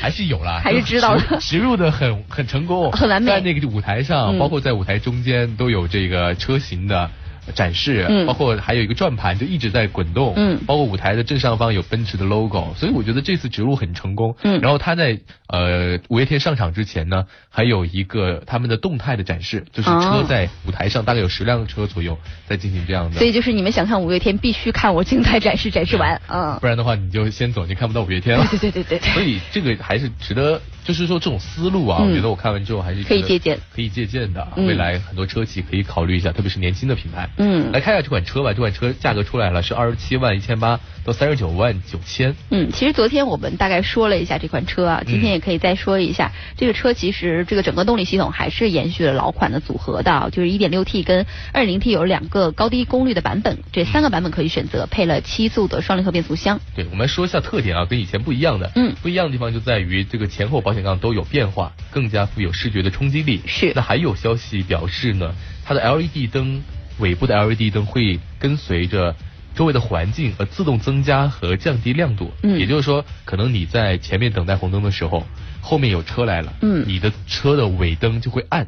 [SPEAKER 3] 还是有啦，
[SPEAKER 2] 还是
[SPEAKER 3] 就
[SPEAKER 2] 知道
[SPEAKER 3] 植入
[SPEAKER 2] 的
[SPEAKER 3] 植入的很很成功，
[SPEAKER 2] 很完美
[SPEAKER 3] 在那个舞台上，
[SPEAKER 2] 嗯
[SPEAKER 3] 包括在舞台中间都有这个车型的。展示，
[SPEAKER 2] 嗯
[SPEAKER 3] 包括还有一个转盘就一直在滚动，
[SPEAKER 2] 嗯
[SPEAKER 3] 包括舞台的正上方有奔驰的 logo，所以我觉得这次植入很成功。
[SPEAKER 2] 嗯
[SPEAKER 3] 然后他在呃五月天上场之前呢，还有一个他们的动态的展示，就是车
[SPEAKER 2] 哦
[SPEAKER 3] 在舞台上大概有十辆车左右在进行这样的
[SPEAKER 2] 所以就是你们想看五月天，必须看我精彩展示展示完啊！
[SPEAKER 3] 不然的话你就先走，你看不到五月天了。
[SPEAKER 2] 对对对对对对
[SPEAKER 3] 所以这个还是值得，就是说这种思路啊，
[SPEAKER 2] 嗯
[SPEAKER 3] 我觉得我看完之后还是
[SPEAKER 2] 可以
[SPEAKER 3] 觉得
[SPEAKER 2] 借鉴，
[SPEAKER 3] 可以借鉴的啊。
[SPEAKER 2] 嗯
[SPEAKER 3] 未来很多车企可以考虑一下，特别是年轻的品牌。
[SPEAKER 2] 嗯
[SPEAKER 3] 来看一下这款车吧，这款车价格出来了，是二十七万一千八到三十九万九千。
[SPEAKER 2] 嗯，其实昨天我们大概说了一下这款车啊，今天也可以再说一下。这个车其实这个整个动力系统还是延续了老款的组合的啊，就是 1.6T 跟 2.0T 有两个高低功率的版本，这三个版本可以选择，配了七速的双离合变速箱。
[SPEAKER 3] 对，我们说一下特点啊，跟以前不一样的。
[SPEAKER 2] 嗯
[SPEAKER 3] 不一样的地方就在于这个前后保险杠都有变化，更加富有视觉的冲击力。
[SPEAKER 2] 是
[SPEAKER 3] 那还有消息表示呢，它的 LED 灯尾部的 LED 灯会跟随着。周围的环境而自动增加和降低亮度，
[SPEAKER 2] 嗯
[SPEAKER 3] 也就是说，可能你在前面等待红灯的时候，后面有车来了，
[SPEAKER 2] 嗯
[SPEAKER 3] 你的车的尾灯就会暗。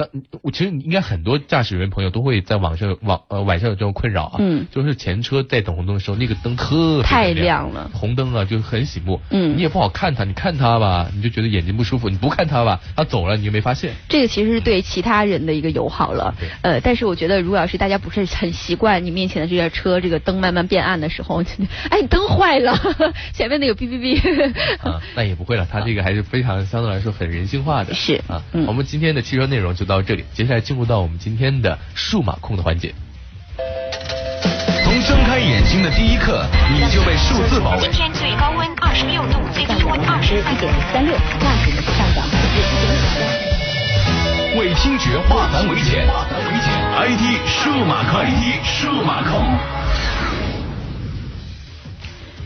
[SPEAKER 3] 但我其实应该很多驾驶员朋友都会在网上网呃晚上有这种困扰啊，
[SPEAKER 2] 嗯
[SPEAKER 3] 就是前车在等红灯的时候，那个灯特别
[SPEAKER 2] 太
[SPEAKER 3] 亮
[SPEAKER 2] 亮了
[SPEAKER 3] 红灯啊就很醒目，
[SPEAKER 2] 嗯
[SPEAKER 3] 你也不好看它，你看它吧，你就觉得眼睛不舒服，你不看它吧，它走了你就没发 现，
[SPEAKER 2] 这个其实是对其他人的一个友好了
[SPEAKER 3] 对，
[SPEAKER 2] 呃，但是我觉得如果要是大家不是很习惯你面前的这辆车这个灯慢慢变暗的时候， 哎，你灯坏了， 前面那个哔哔 哔，
[SPEAKER 3] 啊，那也不会了，它这个还是非常相对来说很人性化的，
[SPEAKER 2] 是
[SPEAKER 3] 啊，
[SPEAKER 2] 嗯
[SPEAKER 3] 我们今天的汽车内容就到这里，接下来进入到我们今天的数码控的环节。
[SPEAKER 1] 从睁开眼睛的第一刻，你就被数字包围
[SPEAKER 4] 今。天最高温二十六度，最低温二十三度。
[SPEAKER 2] 三六，价格上涨百分之一点
[SPEAKER 1] 为听觉化繁为简，IT 数码控，IT 数码控。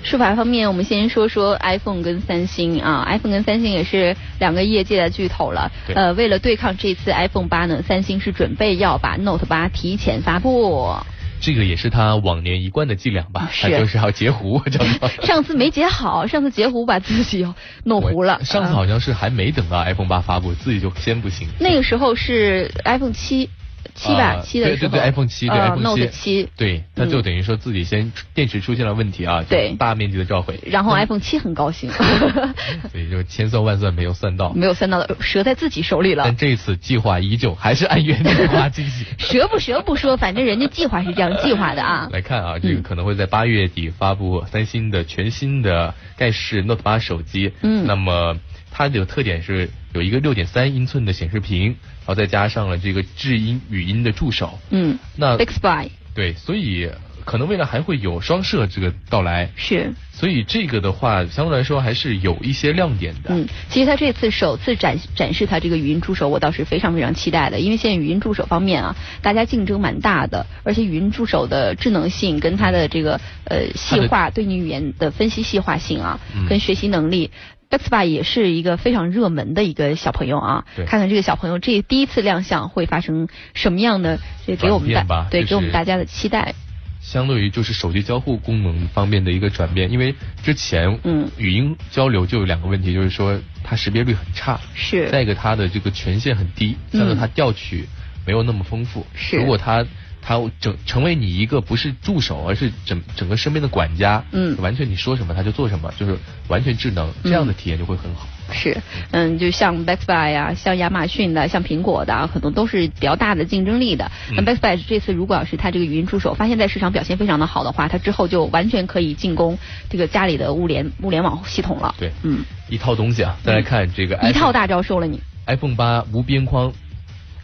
[SPEAKER 2] 数码方面，我们先说说 iPhone 跟三星啊，iPhone 跟三星也是两个业界的巨头了。
[SPEAKER 3] 对
[SPEAKER 2] 呃，为了对抗这次 iPhone 八呢，三星是准备要把 Note 八提前发布。
[SPEAKER 3] 哦这个也是他往年一贯的伎俩吧，
[SPEAKER 2] 啊是
[SPEAKER 3] 他就是要截 胡，知道吗？
[SPEAKER 2] 上次没截 好，上次截胡把自己弄糊了
[SPEAKER 3] 我。上次
[SPEAKER 2] 啊
[SPEAKER 3] 好像是还没等到 iPhone 八发布，自己就先不行。
[SPEAKER 2] 那个时候是 iPhone 七七吧，
[SPEAKER 3] 啊
[SPEAKER 2] 七的
[SPEAKER 3] 对对
[SPEAKER 2] 时候。
[SPEAKER 3] 对，iPhone 七对
[SPEAKER 2] 呃
[SPEAKER 3] iPhone
[SPEAKER 2] Note
[SPEAKER 3] 7
[SPEAKER 2] 七。
[SPEAKER 3] 对，它就
[SPEAKER 2] 嗯
[SPEAKER 3] 等于说自己先电池出现了问题啊，就
[SPEAKER 2] 对
[SPEAKER 3] 大面积的召 回，
[SPEAKER 2] 然后 iPhone 七很高兴，
[SPEAKER 3] 所以就千算万算没有算到。
[SPEAKER 2] 没有算到呃折在自己手里了
[SPEAKER 3] 但。这次计划依旧，还是按原计划进行。
[SPEAKER 2] 折不折不说，反正人家计划是这样计划的啊。
[SPEAKER 3] 来看啊，这个可能会在八月底发布三星的全新的盖世 Note 八手机。
[SPEAKER 2] 嗯
[SPEAKER 3] 那么它的特点是有一个六点三英寸的显示屏，然后再加上了这个智音语音的助手。
[SPEAKER 2] 嗯
[SPEAKER 3] 那
[SPEAKER 2] Bixby。
[SPEAKER 3] 对，所以可能未来还会有双摄这个到来，
[SPEAKER 2] 是。
[SPEAKER 3] 所以这个的话，相对来说还是有一些亮点的。
[SPEAKER 2] 嗯，其实他这次首次展展示他这个语音助手，我倒是非常非常期待的，因为现在语音助手方面啊，大家竞争蛮大的，而且语音助手的智能性跟它的这个呃细化，对你语言的分析细化性啊，
[SPEAKER 3] 嗯
[SPEAKER 2] 跟学习能力。Bexba 也是一个非常热门的一个小朋友啊
[SPEAKER 3] 对，
[SPEAKER 2] 看看这个小朋友这第一次亮相会发生什么样的，这给我们
[SPEAKER 3] 转变吧
[SPEAKER 2] 大对
[SPEAKER 3] 就是
[SPEAKER 2] 给我们大家的期待。
[SPEAKER 3] 相对于就是手机交互功能方面的一个转变，因为之前
[SPEAKER 2] 嗯
[SPEAKER 3] 语音交流就有两个问题，就是说它识别率很差，
[SPEAKER 2] 是
[SPEAKER 3] 再一个它的这个权限很低，
[SPEAKER 2] 嗯
[SPEAKER 3] 再一个它调取没有那么丰富。
[SPEAKER 2] 是
[SPEAKER 3] 如果它它整成为你一个不是助手，而是整整个身边的管家，
[SPEAKER 2] 嗯
[SPEAKER 3] 完全你说什么它就做什么，就是完全智能，这样的体验就会很好。
[SPEAKER 2] 是，嗯，就像 Bexby 呀、像亚马逊的、像苹果的啊，很多都是比较大的竞争力的。那、
[SPEAKER 3] 嗯
[SPEAKER 2] Bexby 这次如果要是它这个语音助手发现在市场表现非常的好的话，它之后就完全可以进攻这个家里的物联物联网系统了。
[SPEAKER 3] 对
[SPEAKER 2] 嗯，
[SPEAKER 3] 一套东西啊，再来看这个
[SPEAKER 2] 一
[SPEAKER 3] iPhone
[SPEAKER 2] 套大招收了你。
[SPEAKER 3] iPhone 八无边框，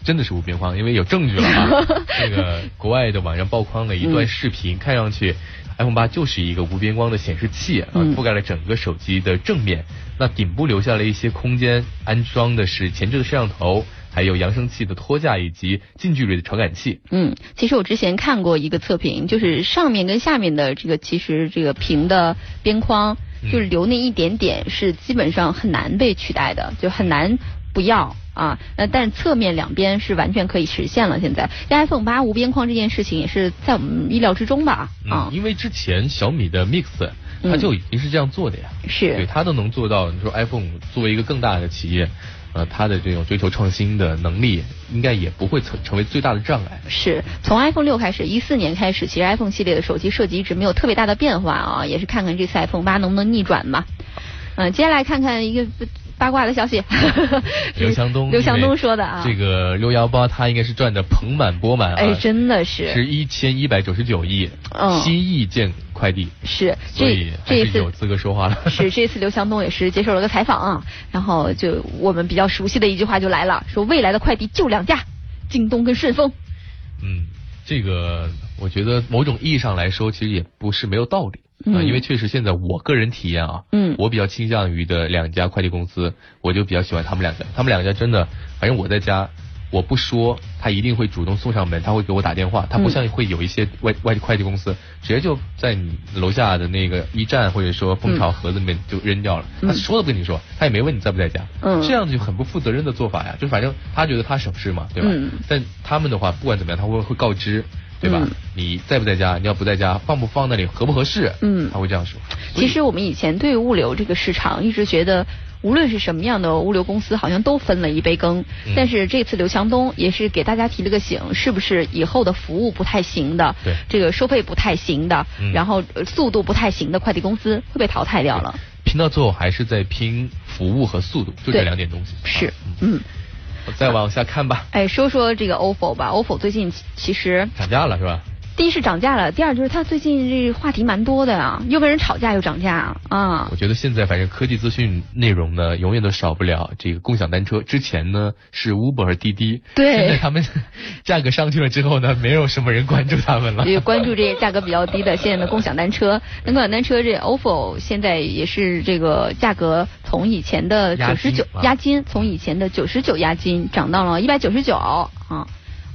[SPEAKER 3] 真的是无边框，因为有证据了 啊。这个国外的网站曝光了一段视频，看上去 iPhone 八就是一个无边框的显示器啊，
[SPEAKER 2] 嗯
[SPEAKER 3] 覆盖了整个手机的正面。那顶部留下了一些空间，安装的是前置的摄像头，还有扬声器的托架以及近距离的传感器。
[SPEAKER 2] 嗯，其实我之前看过一个测评，就是上面跟下面的这个其实这个屏的边框，
[SPEAKER 3] 嗯
[SPEAKER 2] 就是留那一点点是基本上很难被取代的，就很难不要啊。那但是侧面两边是完全可以实现了。现在但 iPhone 八无边框这件事情也是在我们意料之中吧？啊
[SPEAKER 3] 嗯，，因为之前小米的 Mix 它
[SPEAKER 2] 嗯
[SPEAKER 3] 就已经是这样做的呀。对，
[SPEAKER 2] 是
[SPEAKER 3] 它都能做到。你说 iPhone 作为一个更大的企业，呃，它的这种追求创新的能力，应该也不会成成为最大的障碍。
[SPEAKER 2] 是。从 iPhone 六开始，一四年开始，其实 iPhone 系列的手机设计一直没有特别大的变化啊，也是看看这次 iPhone 八能不能逆转吧。嗯、接下来看看一个八卦的消息，是
[SPEAKER 3] 刘强东，
[SPEAKER 2] 刘强
[SPEAKER 3] 因为
[SPEAKER 2] 东说的啊，
[SPEAKER 3] 这个六幺八他应该是赚的盆满钵满啊，
[SPEAKER 2] 哎，真的是
[SPEAKER 3] 是一千一百九十九亿，
[SPEAKER 2] 嗯
[SPEAKER 3] 新意见快递，
[SPEAKER 2] 是
[SPEAKER 3] 所以
[SPEAKER 2] 这
[SPEAKER 3] 还
[SPEAKER 2] 这一
[SPEAKER 3] 是
[SPEAKER 2] 次
[SPEAKER 3] 有资格说话了。
[SPEAKER 2] 是这次刘强东也是接受了个采访啊，然后就我们比较熟悉的一句话就来了，说未来的快递就两家，京东跟顺丰。
[SPEAKER 3] 嗯，这个我觉得某种意义上来说，其实也不是没有道理。
[SPEAKER 2] 嗯
[SPEAKER 3] 啊因为确实现在我个人体验啊，
[SPEAKER 2] 嗯
[SPEAKER 3] 我比较倾向于的两家快递公司，我就比较喜欢他们两家。他们两家真的，反正我在家，我不说，他一定会主动送上门，他会给我打电话。他不
[SPEAKER 2] 嗯
[SPEAKER 3] 像会有一些外外快递公司，直接就在你楼下的那个驿站或者说蜂巢盒子里面就扔掉了。
[SPEAKER 2] 嗯
[SPEAKER 3] 他说都不跟你说，他也没问你在不在家。
[SPEAKER 2] 嗯
[SPEAKER 3] 这样就很不负责任的做法呀。就反正他觉得他省事嘛，对吧？
[SPEAKER 2] 嗯
[SPEAKER 3] 但他们的话，不管怎么样，他会会告知，对吧？
[SPEAKER 2] 嗯
[SPEAKER 3] 你在不在家？你要不在家，放不放那里，合不合适？
[SPEAKER 2] 嗯
[SPEAKER 3] 他会这样说。所以
[SPEAKER 2] 其实我们以前对于物流这个市场一直觉得。无论是什么样的物流公司，好像都分了一杯羹。
[SPEAKER 3] 嗯
[SPEAKER 2] 但是这次刘强东也是给大家提了个醒，是不是以后的服务不太行的，
[SPEAKER 3] 对
[SPEAKER 2] 这个收费不太行的，
[SPEAKER 3] 嗯
[SPEAKER 2] 然后呃速度不太行的快递公司会被淘汰掉了。
[SPEAKER 3] 拼到最后还是在拼服务和速度，就这
[SPEAKER 2] 对
[SPEAKER 3] 两点东西。
[SPEAKER 2] 是
[SPEAKER 3] 啊，
[SPEAKER 2] 嗯，
[SPEAKER 3] 嗯再往下看吧，
[SPEAKER 2] 哎，说说这个 OFO 吧，OFO 最近其其实
[SPEAKER 3] 涨价了是吧？
[SPEAKER 2] 第一是涨价了，第二就是它最近这话题蛮多的啊，又跟人吵架又涨价啊啊
[SPEAKER 3] 我，觉得现在反正科技资讯内容呢，永远都少不了这个共享单车。之前呢是 Uber 和滴滴，
[SPEAKER 2] 对
[SPEAKER 3] 现在他们 价格上去了之后呢，没有什么人关注他们了。
[SPEAKER 2] 也关注这些价格比较低的现在的共享单车。那共享单车这 OFO 现在也是这个价格从以前的
[SPEAKER 3] 押
[SPEAKER 2] 九
[SPEAKER 3] 金
[SPEAKER 2] 十九
[SPEAKER 3] 啊
[SPEAKER 2] 押金，从以前的九十九押金涨到了一百九十九啊。
[SPEAKER 3] 嗯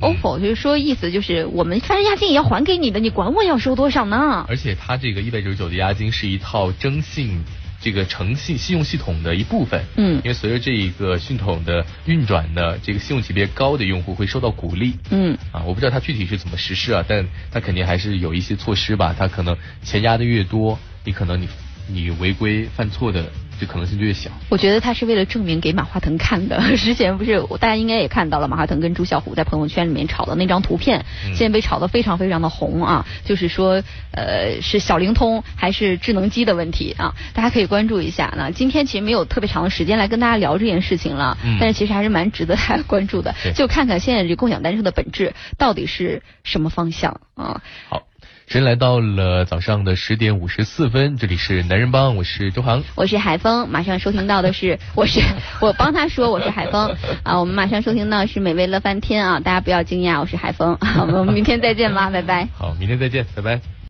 [SPEAKER 2] OFO 就是说意思就是我们反正押金也要还给你的，你管我要收多少呢？
[SPEAKER 3] 而且它这个一百九十九的押金是一套征信这个诚信信用系统的一部分。
[SPEAKER 2] 嗯
[SPEAKER 3] 因为随着这一个系统的运转呢，这个信用级别高的用户会受到鼓励。
[SPEAKER 2] 嗯。
[SPEAKER 3] 啊，我不知道它具体是怎么实施啊，但它肯定还是有一些措施吧。它可能钱压的越多，你可能你你违规犯错的这可能性就越小。
[SPEAKER 2] 我觉得他是为了证明给马化腾看的。 之前不是大家应该也看到了，马化腾跟朱啸虎在朋友圈里面炒的那张图片，
[SPEAKER 3] 嗯
[SPEAKER 2] 现在被炒得非常非常的红啊。就是说，呃，是小灵通还是智能机的问题啊？大家可以关注一下呢。今天其实没有特别长的时间来跟大家聊这件事情了，
[SPEAKER 3] 嗯
[SPEAKER 2] 但是其实还是蛮值得大家关注的
[SPEAKER 3] 对。
[SPEAKER 2] 就看看现在这共享单车的本质到底是什么方向啊？
[SPEAKER 3] 好，时间来到了早上的十点五十四分，这里是男人帮，我是周航。
[SPEAKER 2] 我是海峰，马上收听到的是，我是我帮他说我是海峰啊，我们马上收听到的是美味乐啊翻天啊，大家不要惊讶，我是海峰，我们明天再见吧，拜拜。
[SPEAKER 3] 好，明天再见，拜拜。